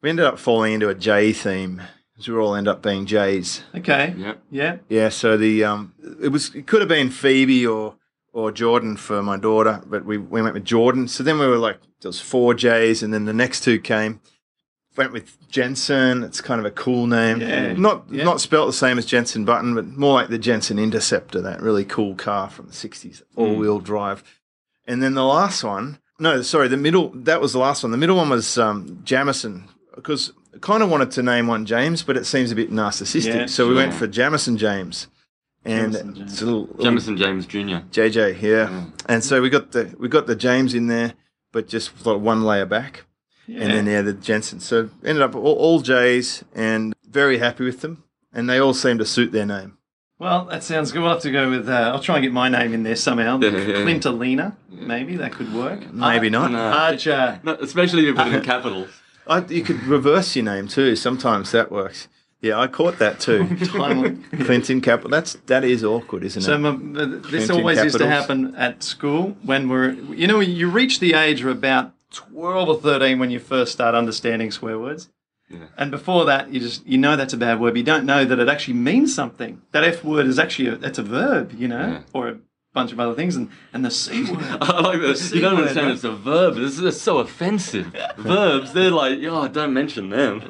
S2: we ended up falling into a J theme because we all end up being J's.
S5: Okay.
S1: Yeah.
S5: Yeah.
S2: Yeah, so the um, it was it could have been Phoebe or or Jordan for my daughter, but we we went with Jordan. So then we were like, there was four J's, and then the next two came. Went with Jensen. It's kind of a cool name.
S5: Yeah.
S2: Not
S5: Yeah.
S2: not spelt the same as Jensen Button, but more like the Jensen Interceptor, that really cool car from the '60s,
S5: Mm.
S2: all-wheel drive. And then the last one, no, sorry, the middle, that was the last one. The middle one was um, Jamison, because I kind of wanted to name one James, but it seems a bit narcissistic.
S5: Yeah,
S2: so we went
S1: sure.
S2: for Jamison James. And
S5: Jamison James.
S2: it's a little, little
S1: Jamison James Jr.
S2: JJ, yeah. And so we got the we got the James in there, but just like one layer back. And then yeah, the Jensen. So ended up all, all J's and very happy with them. And they all seem to suit their name.
S5: Well, that sounds good. We'll have to go with. Uh, I'll try and get my name in there somehow.
S1: Yeah, yeah, yeah.
S5: Clintalina, maybe that could work. Uh,
S2: Maybe not.
S1: no.
S5: Archer.
S1: No, especially if you put it in
S2: [LAUGHS]
S1: capitals. [LAUGHS]
S2: I, you could reverse your name too. Sometimes that works. Yeah, I caught that
S5: [LAUGHS]
S2: too.
S5: Timely.
S2: [LAUGHS] Clinton Capital. That's that is awkward, isn't
S5: So
S2: it?
S5: my, th- this
S2: Clinton
S5: always used to
S2: capitals.
S5: happen at school when we're, you know, you reach the age of about twelve or thirteen when you first start understanding swear words, and before that you just you know that's a bad word, but you don't know that it actually means something. That F word is actually a, that's a verb, you know, or a bunch of other things, and and the C word.
S1: I like that.
S5: C
S1: You don't
S5: word,
S1: understand
S5: right?
S1: it's a verb. This is so offensive. Verbs, they're like, oh, don't mention
S2: [LAUGHS]
S1: them.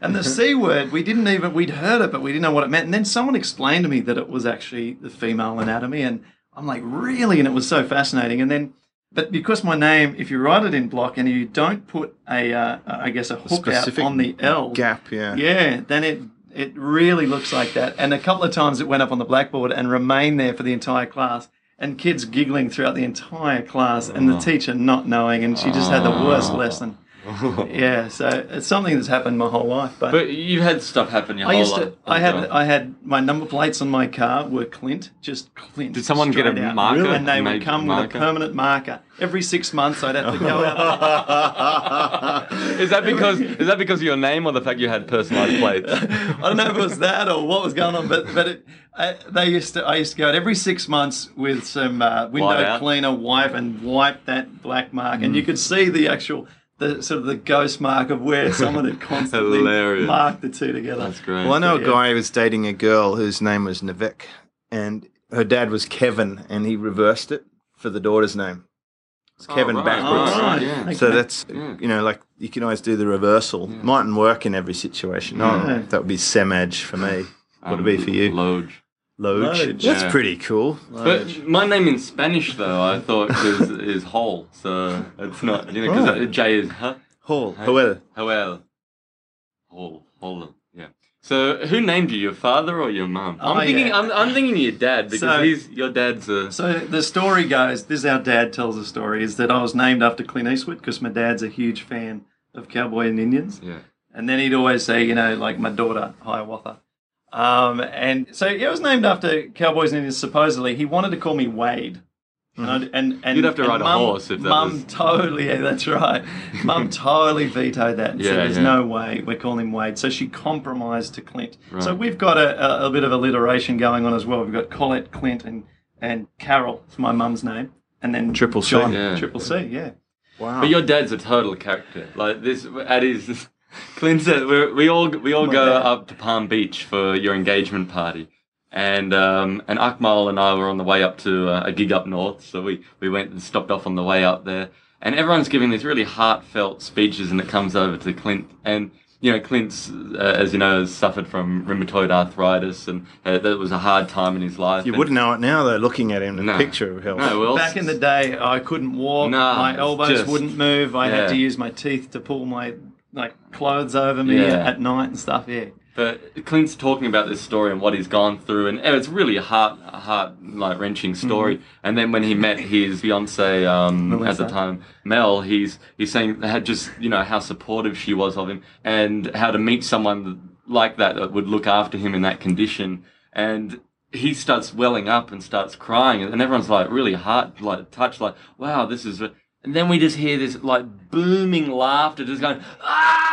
S5: And the C word, we didn't even, we'd heard it, but we didn't know what it meant. And then someone explained to me that it was actually the female anatomy. And I'm like, really? And it was so fascinating. And then, but because my name, if you write it in block and you don't put a, uh, I guess, a hook out
S2: specific
S5: on the L
S2: Gap. Yeah.
S5: yeah, then it, it really looks like that. And a couple of times it went up on the blackboard and remained there for the entire class. And kids giggling throughout the entire class, and
S2: Oh.
S5: the teacher not knowing, and she just had the worst lesson. Yeah, so it's something that's happened my whole life. But
S1: But you've had stuff happen your
S5: I
S1: whole
S5: used
S1: life.
S5: to. I had.
S1: Okay.
S2: [LAUGHS]
S5: I had my number plates on my car were Clint, just Clint.
S1: Did someone get a
S5: straight out.
S1: marker? Really?
S5: And they would
S1: Made
S5: come with
S1: marker?
S5: a permanent marker. Every six months, I'd have to go
S1: [LAUGHS]
S5: out.
S1: Is that because is that because of your name or the fact you had
S5: [LAUGHS]
S1: personalized
S2: [LAUGHS]
S1: plates?
S5: I don't know if it was that or what was going on, but but it, I, they used to. I used to go out every six months with some uh, window
S1: Whiteout?
S5: cleaner wipe and wipe that black mark, and
S1: Mm.
S5: you could see the actual. The, sort of the ghost mark of where
S1: [LAUGHS]
S5: someone had constantly
S1: Hilarious.
S5: marked the two together.
S1: That's great.
S2: Well, I know a
S5: Yeah.
S2: guy who was dating a girl whose name was Nivek, and her dad was Kevin, and he reversed it for the daughter's name. It's Kevin
S1: right.
S2: backwards.
S1: Oh, right.
S5: Okay.
S2: So that's you know, like you can always do the reversal. Mightn't work in every situation.
S5: Yeah.
S2: Oh, that would be Semaj for me. Would it be for you?
S1: Loge.
S2: Loge.
S5: Loge.
S2: That's
S1: Um, Yeah.
S2: pretty cool.
S1: But my name in Spanish, though, I thought is, is whole, so it's not, you know, because
S2: Right.
S1: J is huh?
S2: Hall. However,
S1: Joel. Whole. Whole. Yeah. So who named you, your father or your mum? I'm
S5: Oh,
S1: thinking,
S5: yeah.
S1: I'm, I'm thinking your dad because
S5: So-
S1: he's your dad's a.
S5: So the story goes, this is how Dad tells the story, is that I was named after Clint Eastwood because my dad's a huge fan of cowboy and Indians.
S1: Yeah.
S5: And then he'd always say, you know, like my daughter, Hiawatha. Um, and so yeah, it was named after cowboys and Indians, supposedly. He wanted to call me Wade. And, I'd- and, and
S1: You'd have to
S5: and
S1: ride a
S5: mum-
S1: horse if that
S5: Mum
S1: was-
S5: totally, yeah, that's right.
S1: [LAUGHS]
S5: Mum totally vetoed that and
S1: Yeah,
S5: said, there's
S1: yeah.
S5: no way we're calling him Wade. So she compromised to Clint. So
S1: Right.
S5: we've got a, a, a bit of alliteration going on as well. We've got Colette, Clint, and, and Carol, it's my mum's name. And then
S2: Triple C.
S5: John,
S1: Yeah.
S5: Triple C, yeah.
S2: wow.
S1: But your dad's a total character. Like this, at his [LAUGHS] Clint said, we're, we all we all
S5: My
S1: go
S5: dad.
S1: up to Palm Beach for your engagement party, and um, and Akmal and I were on the way up to uh, a gig up north, so we we went and stopped off on the way up there, and everyone's giving these really heartfelt speeches, and it comes over to Clint and. You know, Clint's, uh, as you know, has suffered from rheumatoid arthritis, and uh, that was a hard time in his life.
S2: you
S1: and-
S2: wouldn't know it now though, looking at him in
S1: No.
S2: a picture of health.
S1: No, well,
S5: Back in the day, I couldn't walk.
S1: Nah,
S5: my
S1: it's
S5: elbows
S1: just-
S5: wouldn't move. I
S1: yeah.
S5: had to use my teeth to pull my like clothes over me
S1: Yeah.
S5: at night and stuff. Yeah.
S1: But Clint's talking about this story and what he's gone through, and it's really a heart, a heart like wrenching story. And then when he met his fiance um, at the
S5: Melissa.
S1: time, Mel, he's he's saying how just you know how supportive she was of him, and how to meet someone like that that would look after him in that condition. And he starts welling up and starts crying, and everyone's like really heart like touched, like wow, this is. re-" And then we just hear this like booming laughter, just going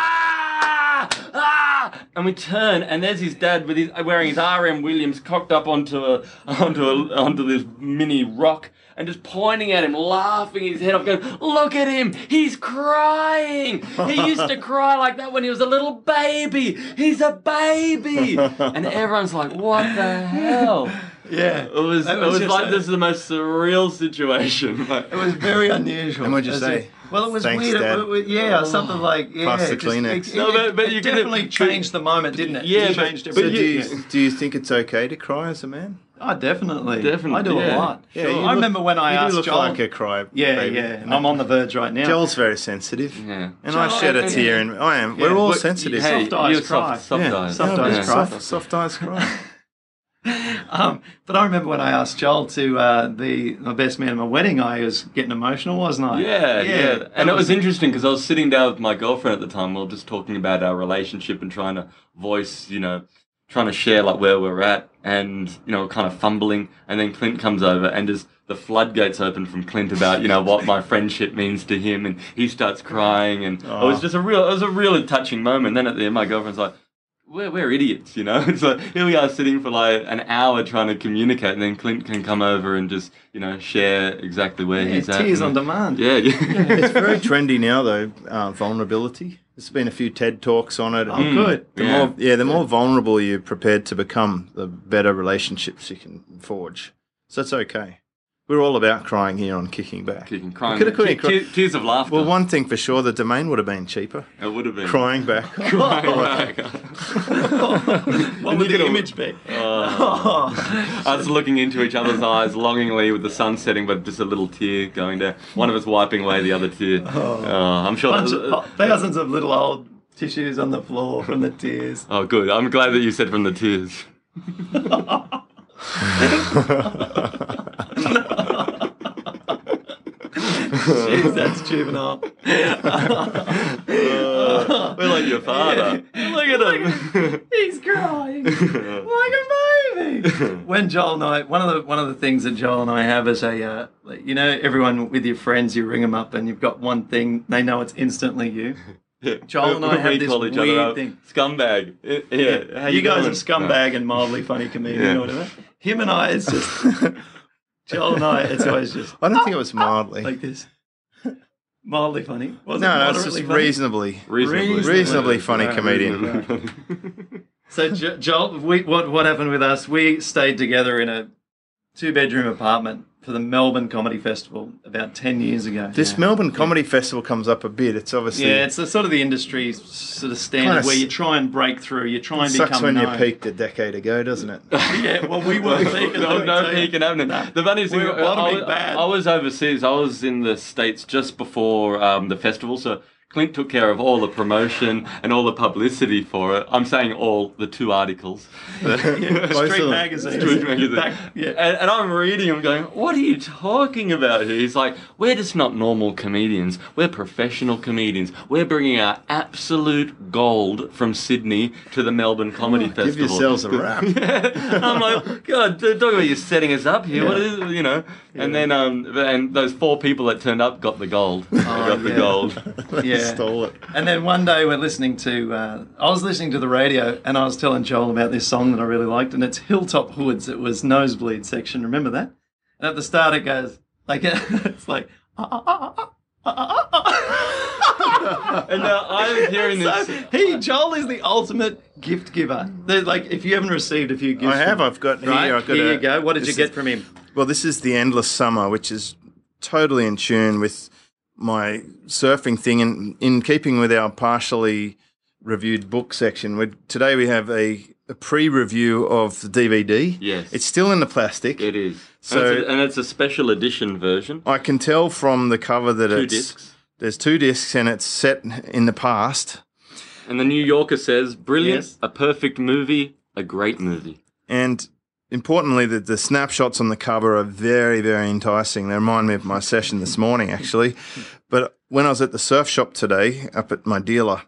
S1: ah ah, and we turn, and there's his dad with his wearing his R.M. Williams cocked up onto a onto a, onto this mini rock, and just pointing at him, laughing his head off, going, "Look at him! He's crying! He used to cry like that when he was a little baby. He's a
S5: [LAUGHS]
S1: baby!" And everyone's like, "What the hell?"
S5: Yeah.
S1: It was
S5: That
S1: it was
S5: just
S1: like
S5: a-
S1: this is the most surreal situation. Like,
S5: It was very unusual.
S2: And what'd you
S5: It was
S2: say?
S5: just- well, it was
S2: Thanks,
S5: weird. It-
S2: Dad. Oh,
S5: It, it- yeah, something like yeah.
S2: Pass the
S5: just-
S2: Kleenex.
S5: It, it,
S1: No, but- but
S5: it
S1: you could've-
S5: definitely
S1: but-
S5: changed the moment, didn't it?
S1: yeah,
S5: it
S1: but-
S5: changed
S1: but
S2: So
S5: everything.
S2: do
S1: Yeah.
S2: you, do you think it's okay to cry as a man?
S5: Oh, definitely.
S1: Definitely,
S5: I do
S1: yeah.
S5: a lot.
S1: Yeah,
S5: I
S1: you
S2: look-
S5: remember when I
S2: you
S5: asked
S2: do look
S5: Joel.
S2: like a cry.
S5: yeah,
S2: baby.
S5: yeah. I'm on the verge right now.
S2: Joel's very sensitive.
S1: [LAUGHS] Yeah.
S2: And I shed a
S1: Joel-
S2: tear, and I am. We're all
S1: Look,
S2: sensitive.
S1: hey,
S5: Soft eyes
S1: you're
S5: cry.
S1: Soft, soft
S2: yeah.
S1: eyes.
S5: soft
S2: yeah,
S5: eyes
S2: but
S5: cry.
S2: Soft, soft eyes cry.
S5: Um, but I remember when I asked Joel to uh, the my best man at my wedding, I was getting emotional, wasn't I?
S1: Yeah, yeah.
S5: that
S1: And it was interesting because I was sitting down with my girlfriend at the time. We were just talking about our relationship and trying to voice, you know, trying to share like where we're at and you know kind of fumbling and then clint comes over and just the floodgates open from clint about you know what my friendship means to him and he starts crying and it was
S5: Oh.
S2: Aw.
S1: just a real it was a really touching moment then at the end my girlfriend's like we're, we're idiots you know [LAUGHS] so here we are sitting for like an hour trying to communicate and then clint can come over and just you know share exactly where
S5: Yeah,
S1: he's at
S5: tears on
S1: and-
S5: [LAUGHS] demand.
S1: yeah, [LAUGHS] yeah.
S2: [LAUGHS] It's
S5: [LAUGHS]
S2: very trendy now, though. Uh, vulnerability. There's been a few TED talks on it.
S5: Oh, good.
S2: The
S1: Yeah.
S2: more, yeah, the more vulnerable you're prepared to become, the better relationships you can forge. So it's okay. We're all about crying here on kicking back.
S1: Kicking, crying,
S2: We coulda- coulda
S1: Te- te- tears of laughter.
S2: Well, one thing for sure, the domain would have been cheaper.
S1: it would have been
S2: Crying
S5: [LAUGHS]
S2: back.
S1: [LAUGHS]
S2: [LAUGHS]
S1: Crying back.
S5: Oh, what would [LAUGHS] the image be? Oh.
S1: Us looking into each other's eyes longingly with the sun setting, but just a little tear going down. One of us wiping away the other tear. Oh, I'm sure.
S5: Bunch of- thousands of little old tissues on the floor from the tears. [LAUGHS]
S1: oh, good. I'm glad that you said from the tears.
S5: Jeez, that's juvenile. [LAUGHS]
S1: We're like your father.
S5: [LAUGHS] Look at him. He's crying like
S2: [LAUGHS]
S5: a baby. when Joel and I, one of the one of the things that Joel and I have is a, uh, like, you know, everyone with your friends, you ring them up and you've got one thing, they know it's instantly you. Joel and I
S1: We
S5: have this
S1: call each
S5: weird
S1: other up,
S5: thing.
S1: Scumbag. Yeah. How
S5: you, guys
S1: doing?
S5: are scumbag and mildly funny comedian
S1: Yeah.
S5: or whatever. Him and I, it's just
S2: [LAUGHS]
S5: Joel and I. It's always just
S2: I don't think it was mildly.
S5: like this, mildly funny. Was
S2: no,
S5: it
S2: no, it's just
S5: moderately funny?
S2: reasonably,
S1: No. Reasonably.
S2: reasonably funny
S5: [LAUGHS] Right.
S2: comedian.
S5: So Jo- Joel, we, what what happened with us? We stayed together in a two bedroom apartment for the Melbourne Comedy Festival about ten years ago.
S2: This Melbourne Comedy Festival comes up a bit. It's obviously
S5: yeah, it's the sort of the industry sort of standard
S2: Kinda
S5: where
S2: s-
S5: you try and break through, you try and
S2: sucks
S5: become
S2: when you
S5: known.
S2: peaked a decade ago, doesn't it?
S5: Yeah, well,
S2: [LAUGHS]
S5: we weren't
S1: [LAUGHS]
S5: peaking.
S1: no,
S5: let me
S1: no
S5: tell you.
S1: peeking happening. The funny thing,
S5: We're
S1: I,
S5: bottoming
S1: I-
S5: bad.
S1: I was overseas. I was in the states just before um, the festival, so Clint took care of all the promotion and all the publicity for it. I'm saying all the two articles. [LAUGHS]
S2: Most of
S5: Street
S2: them.
S5: magazine.
S1: Street magazine.
S5: Back- yeah.
S1: and, and I'm reading him going, What are you talking about here? He's like, We're just not normal comedians. We're professional comedians. We're bringing our absolute gold from Sydney to the Melbourne Comedy Festival.
S2: Give yourselves a rap.
S1: And I'm like, God, dude, talk about you setting us up here. What is, you know? And then, um, and those four people that turned up got the gold. They got the
S5: yeah.
S1: gold.
S5: [LAUGHS] [LAUGHS] Yeah.
S2: Stole it.
S5: And then one day we're listening to, uh, I was listening to the radio and I was telling Joel about this song that I really liked, and it's Hilltop Hoods. It was Nosebleed section. Remember that? And at the start it goes, like, [LAUGHS] it's like, ah, ah, ah, ah, ah, ah, ah, ah.
S1: And uh, now I'm hearing
S5: So
S1: this.
S5: he, Joel, is the ultimate gift giver. They're like, if you haven't received a few gifts,
S2: I have.
S5: from-
S2: I've got
S5: right?
S2: here. I've got
S5: Here
S2: a-
S5: you go. What did you
S2: this
S5: get
S2: is-
S5: from him?
S2: Well, this is the endless summer, which is totally in tune with my surfing thing, and in keeping with our partially reviewed book section. we today we have a, a pre-review of the DVD.
S1: Yes.
S2: it's still in the
S1: [LAUGHS]
S2: plastic.
S1: It is. So,
S2: So-
S1: and, it's a, and it's a special edition version.
S2: I can tell from the cover that
S1: Two
S2: it's
S1: discs.
S2: there's two discs, and it's set in the past.
S1: And the New Yorker says, "Brilliant,
S5: Yes.
S1: a perfect movie, a great movie."
S2: And importantly, the, the snapshots on the cover are very, very enticing. They remind me of my session this morning, actually. But when I was at the surf shop today, up at my dealer,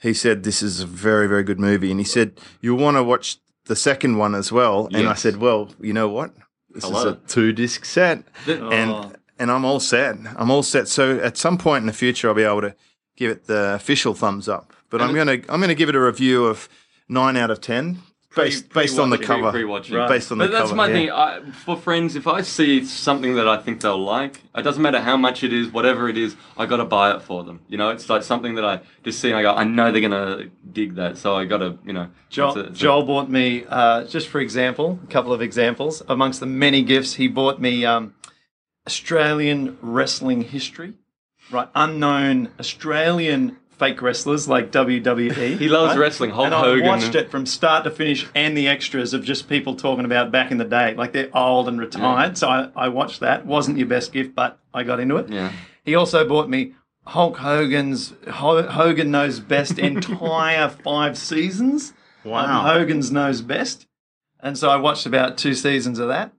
S2: he said, This is a very, very good movie. And he said, You'll want to watch the second one as well. And I
S1: Yes.
S2: said, Well, you know what? This
S1: Hello.
S2: is a two disc set.
S5: Oh.
S2: And, and I'm all set. I'm all set. So at some point in the future, I'll be able to give it the official thumbs up. But I'm going to I'm going to give it a review of nine out of ten, based based on the
S5: pre-watching,
S2: cover.
S1: Pre-watching.
S5: Right.
S2: Based on
S1: But
S2: the
S1: that's
S2: cover,
S1: my
S2: yeah.
S1: thing. I, for friends, if I see something that I think they'll like, it doesn't matter how much it is, whatever it is, I gotta buy it for them. You know, it's like something that I just see and I go, I know they're gonna dig that, so I gotta, you know.
S5: Joel,
S1: it's a- it's a-
S5: Joel bought me, uh, just for example, a couple of examples amongst the many gifts he bought me um, Australian wrestling history, right? Unknown Australian fake wrestlers like
S1: [LAUGHS]
S5: WWE.
S1: He loves
S5: right?
S1: wrestling, Hulk
S5: and
S1: Hogan.
S5: I watched it from start to finish, and the extras of just people talking about back in the day, like they're old and retired. So I, I watched that. wasn't your best gift, but I got into it.
S1: Yeah.
S5: He also bought me Hulk Hogan's Ho- Hogan Knows
S2: [LAUGHS]
S5: Best entire five seasons.
S2: Wow.
S5: Um, Hogan's Knows Best. And so I watched about two seasons of that.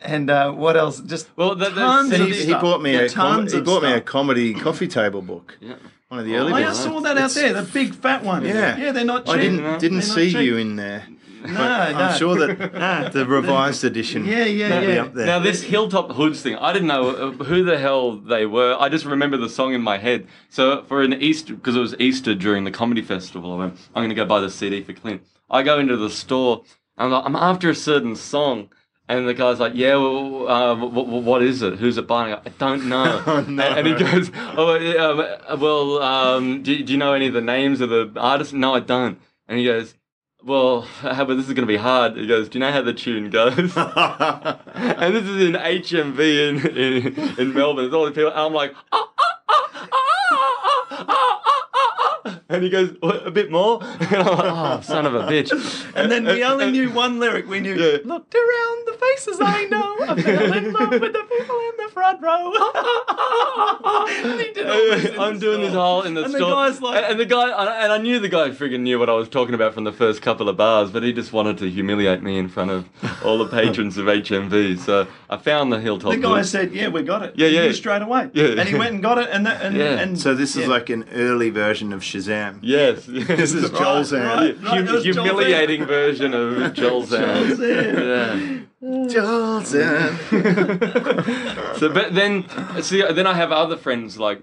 S5: And uh, what else? Just
S1: Well, that- that's-
S5: tons
S1: And
S5: of
S2: he,
S5: this
S2: he
S5: stuff.
S2: bought me
S5: Yeah,
S2: a com-
S5: tons
S2: he
S5: of
S2: bought me a
S5: stuff.
S2: comedy coffee table book.
S1: Yeah.
S2: One of the
S1: Oh,
S2: early
S5: I
S1: yeah,
S2: ones.
S5: saw that out there, the big fat one.
S2: Yeah.
S5: yeah, they're not cheap.
S2: I didn't didn't
S5: They're not
S2: see
S5: cheap.
S2: you in there.
S5: No, no.
S2: I'm sure
S5: [LAUGHS]
S2: that the revised edition.
S5: Yeah, yeah,
S2: will be
S5: yeah.
S2: up there.
S1: Now this hilltop hoods thing, I didn't know uh, who the hell they were. I just remember the song in my head. So for an Easter, because it was Easter during the comedy festival, I went, I'm going to go buy the CD for Clint. I go into the store. and I'm like, I'm after a certain song. And the guy's like, yeah, well, uh, w- w- what is it? Who's it buying? I don't
S2: [LAUGHS]
S1: know.
S2: no.
S1: And he goes, oh, uh, well, um, do, do you know any of the names of the artists? No, I don't. And he goes, well, [LAUGHS] how about this is going to be hard. He goes, do you know how the tune
S2: [LAUGHS]
S1: goes? and this is in HMV in, in, in Melbourne. There's all these people. And I'm like, ah, ah, ah, ah, ah, ah, ah, ah. and he goes, what, a bit more? [LAUGHS] And I'm like, oh, son of a bitch.
S5: And then we only knew one lyric. We knew,
S1: Yeah.
S5: looked around the faces I know. I fell in love with the people in the front row. [LAUGHS] And he did all this in the
S1: I'm doing this
S5: store.
S1: whole in the
S5: And the
S1: store,
S5: guy's like-
S1: and, and the guy, and I- and I knew the guy friggin' knew what I was talking about from the first couple of bars, but he just wanted to humiliate me in front of all the patrons of HMV. So I found the hilltop.
S5: The guy
S1: Hood.
S5: said, yeah, we got it.
S1: Yeah,
S5: He
S1: yeah.
S5: knew straight away.
S1: Yeah.
S5: And he went and got it. And, that, and,
S1: Yeah.
S5: and
S2: so this is
S5: yeah.
S2: like an early version of Shazam.
S1: yes, [LAUGHS]
S2: This is Joel's
S5: right.
S2: hand.
S1: Hum-
S5: that was Joel's
S1: humiliating version
S2: [LAUGHS]
S1: of Joel's hand. Yeah.
S2: Joel's
S5: [LAUGHS]
S2: hand.
S1: So, but then, see, then I have other friends like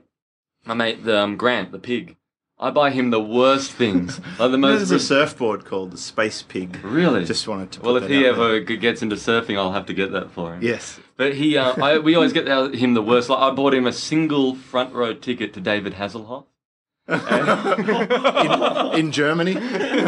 S1: my mate the, um, Grant, the pig. I buy him the worst things, like
S2: [LAUGHS]
S1: the most.
S2: There's a surfboard called the Space Pig.
S1: really,
S2: Just wanted to. Put
S1: well, if
S2: that
S1: he
S2: out there.
S1: ever g gets into surfing, I'll have to get that for him.
S2: Yes.
S1: But he, uh, I, we always get the- him the worst. Like I bought him a single front row ticket to David
S2: [LAUGHS]
S1: Hasselhoff.
S2: In
S5: [LAUGHS]
S2: Germany.
S1: You get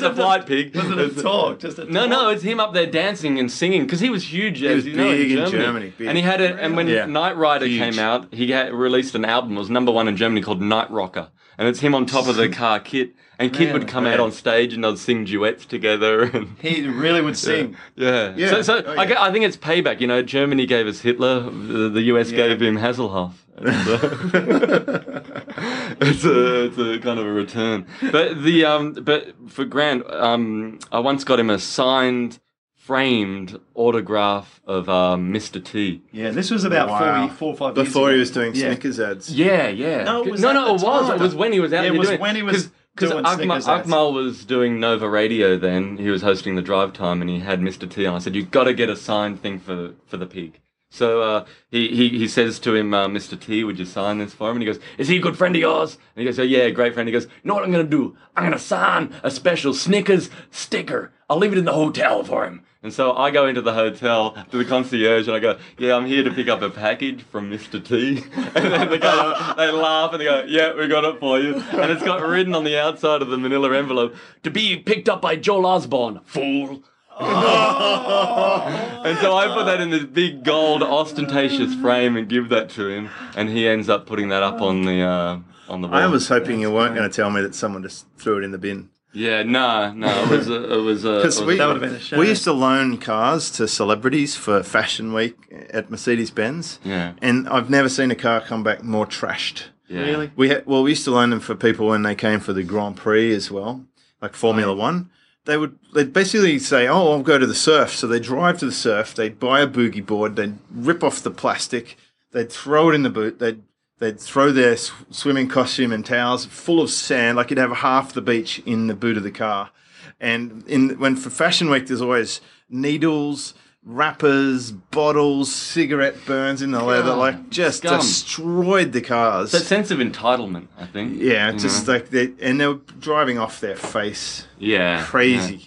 S1: the flight
S2: [LAUGHS]
S1: pig. [LAUGHS]
S5: Was it a talk? Just a
S1: No,
S5: talk?
S1: no, it's him up there dancing and singing because he was huge. He
S2: was
S1: you know,
S2: big in
S1: in Germany.
S2: Germany, big.
S1: And he had it. And when
S2: Yeah.
S1: Night Rider
S2: Huge.
S1: came out, he had released an album. It was number one in Germany called Night Rocker, and it's him on top
S2: [LAUGHS]
S1: of the car, Kit. And Kit would
S5: Really?
S1: come out on stage and they'd sing duets together. [LAUGHS] And
S5: He really would sing.
S1: yeah,
S2: Yeah.
S1: So, so
S2: Oh,
S1: I,
S2: yeah.
S1: gu- I think it's payback. You know, Germany gave us Hitler. The, the US gave him
S2: [LAUGHS]
S1: Hasselhoff. [LAUGHS] it's a it's a kind of a return. But the um but for Grant um I once got him a signed framed autograph of um, Mr T.
S5: Yeah, this was about
S2: Wow.
S5: four, four or five years
S2: Before he
S5: ago.
S2: was doing
S5: Yeah.
S2: Snickers ads.
S1: Yeah, yeah.
S5: No, it was
S1: no,
S5: at
S1: no,
S5: the
S1: it was.
S5: time.
S1: It was when he was out
S5: Yeah, it
S1: there
S5: was
S1: doing
S5: when he was
S1: because
S5: doing
S1: Akmal,
S5: Snickers ads.
S1: Akmal was doing Nova Radio then. He was hosting the drive time and he had Mr. T on. I said, You've got to get a signed thing for, for the pig. So uh, he, he, he says to him, uh, Mr. T, would you sign this for him? And he goes, Is he a good friend of yours? And he goes, Oh, yeah, great friend. He goes, You know what I'm going to do? I'm going to sign a special Snickers sticker. I'll leave it in the hotel for him. And so I go into the hotel to the concierge and I go, Yeah, I'm here to pick up a package from Mr. T. [LAUGHS] And then they, go, they laugh and they go, Yeah, we got it for you. And it's got written on the outside of the manila envelope, To be picked up by Joel Osborne, fool.
S2: Oh.
S1: And so I put that in this big gold ostentatious frame and give that to him, and he ends up putting that up on the uh, on the wall.
S2: I was hoping you weren't going to tell me that someone just threw it in the bin.
S1: yeah, no, no, it was a, it was a. it was
S2: Because
S1: a-
S2: we,
S5: that would've been a shame.
S2: we used to loan cars to celebrities for Fashion Week at Mercedes Benz.
S1: Yeah.
S2: And I've never seen a car come back more trashed.
S1: yeah.
S5: Really?
S2: We had, well, we used to loan them for people when they came for the Grand Prix as well, like Formula One. They would they'd basically say, "Oh, I'll go to the surf." So they drive to the surf. They'd buy a boogie board. They'd rip off the plastic. They'd throw it in the boot. They'd they'd throw their sw- swimming costume and towels full of sand, like you'd have half the beach in the boot of the car. And in when for Fashion Week, there's always needles. Wrappers, bottles, cigarette burns in the leather,
S1: God,
S2: like just
S1: scum.
S2: destroyed the cars.
S1: That sense of entitlement, I think.
S2: Yeah,
S1: You
S2: just
S1: know?
S2: like they, and they were driving off their face,
S1: yeah,
S2: crazy.
S1: yeah.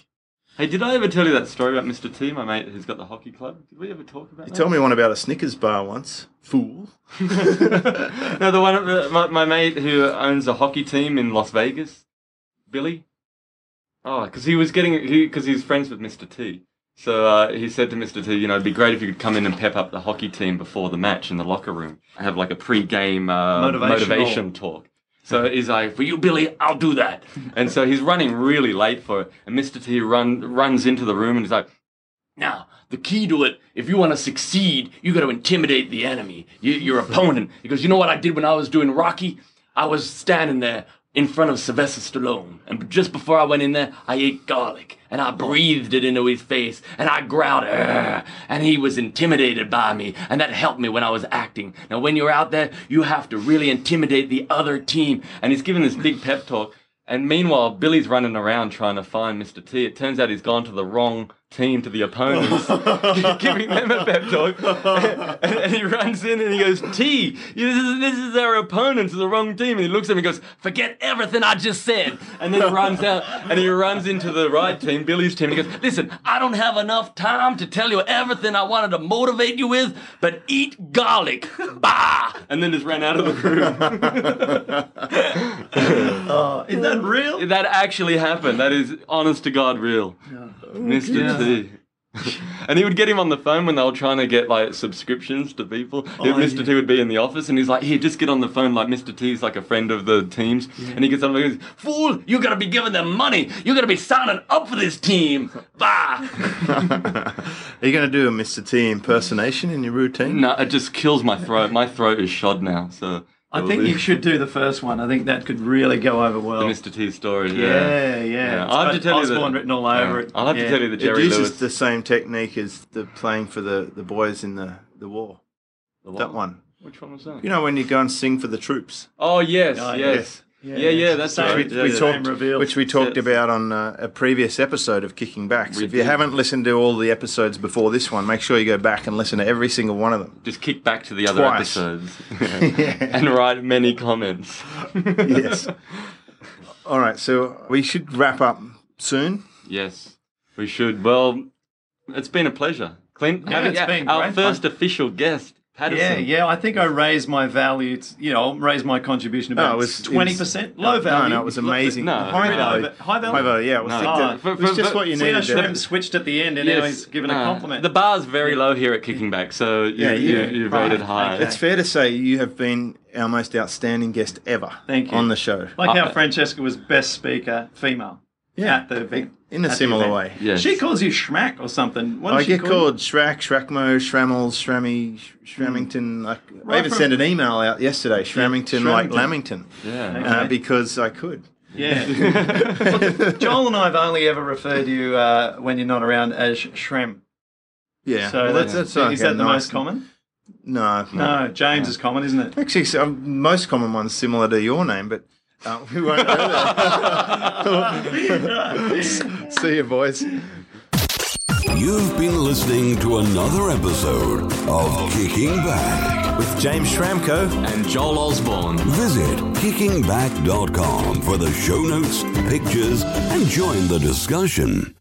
S1: Hey, did I ever tell you that story about Mr. T, my mate, who's got the hockey club? Did we ever talk about?
S2: You
S1: that?
S2: told me one about a Snickers bar once,
S1: [LAUGHS]
S2: fool.
S1: No, the one uh, my, my mate who owns a hockey team in Las Vegas, Billy. Oh, because he was getting because he, was friends with Mr. T. So uh, he said to Mr. T, you know, it'd be great if you could come in and pep up the hockey team before the match in the locker room. Have like a pre-game uh,
S5: Motivational.
S1: motivation talk. So he's like, for you, Billy, I'll do that. And so he's running really late for it. And Mr. T run, runs into the room and he's like, now, the key to it, if you want to succeed, you got to intimidate the enemy, y- your opponent. Because you know what I did when I was doing Rocky? I was standing there in front of Sylvester Stallone, and just before I went in there, I ate garlic and I breathed it into his face, and I growled, "Argh," and he was intimidated by me, and that helped me when I was acting. Now, when you're out there, you have to really intimidate the other team. And he's given this big pep talk. And meanwhile, Billy's running around trying to find Mr. T. It turns out he's gone to the wrong team, to the opponents, [LAUGHS] giving them a pep talk. [LAUGHS] and, and he runs in and he goes, T, this is, this is our opponents, the wrong team. And he looks at him and goes, Forget everything I just said. And then he runs out and he runs into the right team, Billy's team. And he goes, Listen, I don't have enough time to tell you everything I wanted to motivate you with, but eat garlic. Bah! And then just ran out of the room.
S5: Oh, is that real?
S1: That actually happened. That is honest to God real. Mr. T. [LAUGHS] and he would get him on the phone when they were trying to get like subscriptions to people.
S5: Oh,
S1: Mr. T would be in the office and he's like, Here, just get on the phone. Like, Mr. T's like a friend of the teams. And he gets on and he goes, Fool, you gotta be giving them money. You gotta be signing up for this team. Bah! [LAUGHS]
S2: Are you going to do a Mr. T impersonation in your routine?
S1: no, it just kills my throat. My throat is shod now. So
S5: I think you
S1: [LAUGHS]
S5: should do the first one. I think that could really go over well.
S1: The Mr. T story.
S5: Yeah, yeah.
S1: Yeah, I'll have to
S5: It's
S1: tell
S5: got
S1: you that-
S5: Osborne written all over it.
S1: I'll have to
S5: Yeah.
S1: tell you the
S2: It
S1: Jerry
S2: uses
S1: Lewis.
S2: the same technique as the playing for the, the boys in the, the war. That one.
S1: Which one was that?
S2: You know when you go and sing for the troops,
S1: Oh yes,
S5: Oh,
S1: yes. Yeah, yeah, that's
S5: Same-
S1: right.
S5: which
S1: Yeah,
S5: we
S1: yeah.
S5: talked- reveal.
S2: which we talked
S1: Yes.
S2: about on uh, a previous episode of Kicking Back. So
S1: We
S2: if you
S1: did.
S2: haven't listened to all the episodes before this one, make sure you go back and listen to every single one of them.
S1: Just kick back to the other
S2: Twice.
S1: episodes [LAUGHS]
S2: [LAUGHS]
S1: and write many comments.
S2: yes. All right, so we should wrap up soon.
S1: Yes, we should. Well, it's been a pleasure, Clint.
S5: Yeah,
S1: having-
S5: it's been
S1: our
S5: great
S1: first
S5: fun.
S1: official guest,
S5: Yeah,
S1: Patterson.
S5: yeah. I think I raised my value. To, you know, raised my contribution
S2: No,
S5: about
S2: it was- it was-
S5: twenty percent. Low value.
S2: No, no, it was amazing.
S1: No,
S2: high
S1: really
S2: value.
S5: low. High value?
S2: High value. Yeah, it was,
S1: No.
S2: like the-
S5: Oh,
S1: for-
S2: it was
S1: for-
S2: just
S1: for-
S2: what you
S5: See, I
S2: needed.
S5: should
S2: there.
S5: have switched at the end, and now he's given a
S1: Uh,
S5: compliment.
S1: the bar's very low here at Kicking Back, so you,
S2: Yeah,
S1: you,
S2: yeah.
S1: you
S5: Right.
S1: rated high.
S5: Okay.
S2: It's fair to say you have been our most outstanding guest ever.
S5: Thank you.
S2: on the show.
S5: like
S1: Uh,
S5: how Francesca was best speaker, female.
S2: Yeah.
S5: at the event.
S2: In a
S5: At the
S2: similar
S5: event.
S2: way.
S1: Yes.
S5: She calls you schmack or something. What does
S2: I
S5: she
S2: get
S5: call you?
S2: called Shrak, Shrakmo, Shrammel, Shrammy, Sh- Shramington. Like, I even
S5: from-
S2: sent an email out yesterday, Shramington, like Lamington,
S1: yeah.
S2: uh,
S5: Okay.
S2: because I could. [LAUGHS]
S5: Yeah. Look, Joel and I have only ever referred to you uh, when you're not around as Shrem.
S2: Yeah.
S5: So
S2: well,
S5: that's,
S2: like
S5: is
S2: a
S5: that the
S2: nice-
S5: most common?
S2: No.
S5: No, James is common, isn't it?
S2: Actually, so, um, most common one's similar to your name, but uh, we won't know that. [LAUGHS] See you, boys.
S3: You've been listening to another episode of Kicking Back.
S4: With James Shramko.
S1: And Joel Osborne.
S3: Visit kickingback.com for the show notes, pictures, and join the discussion.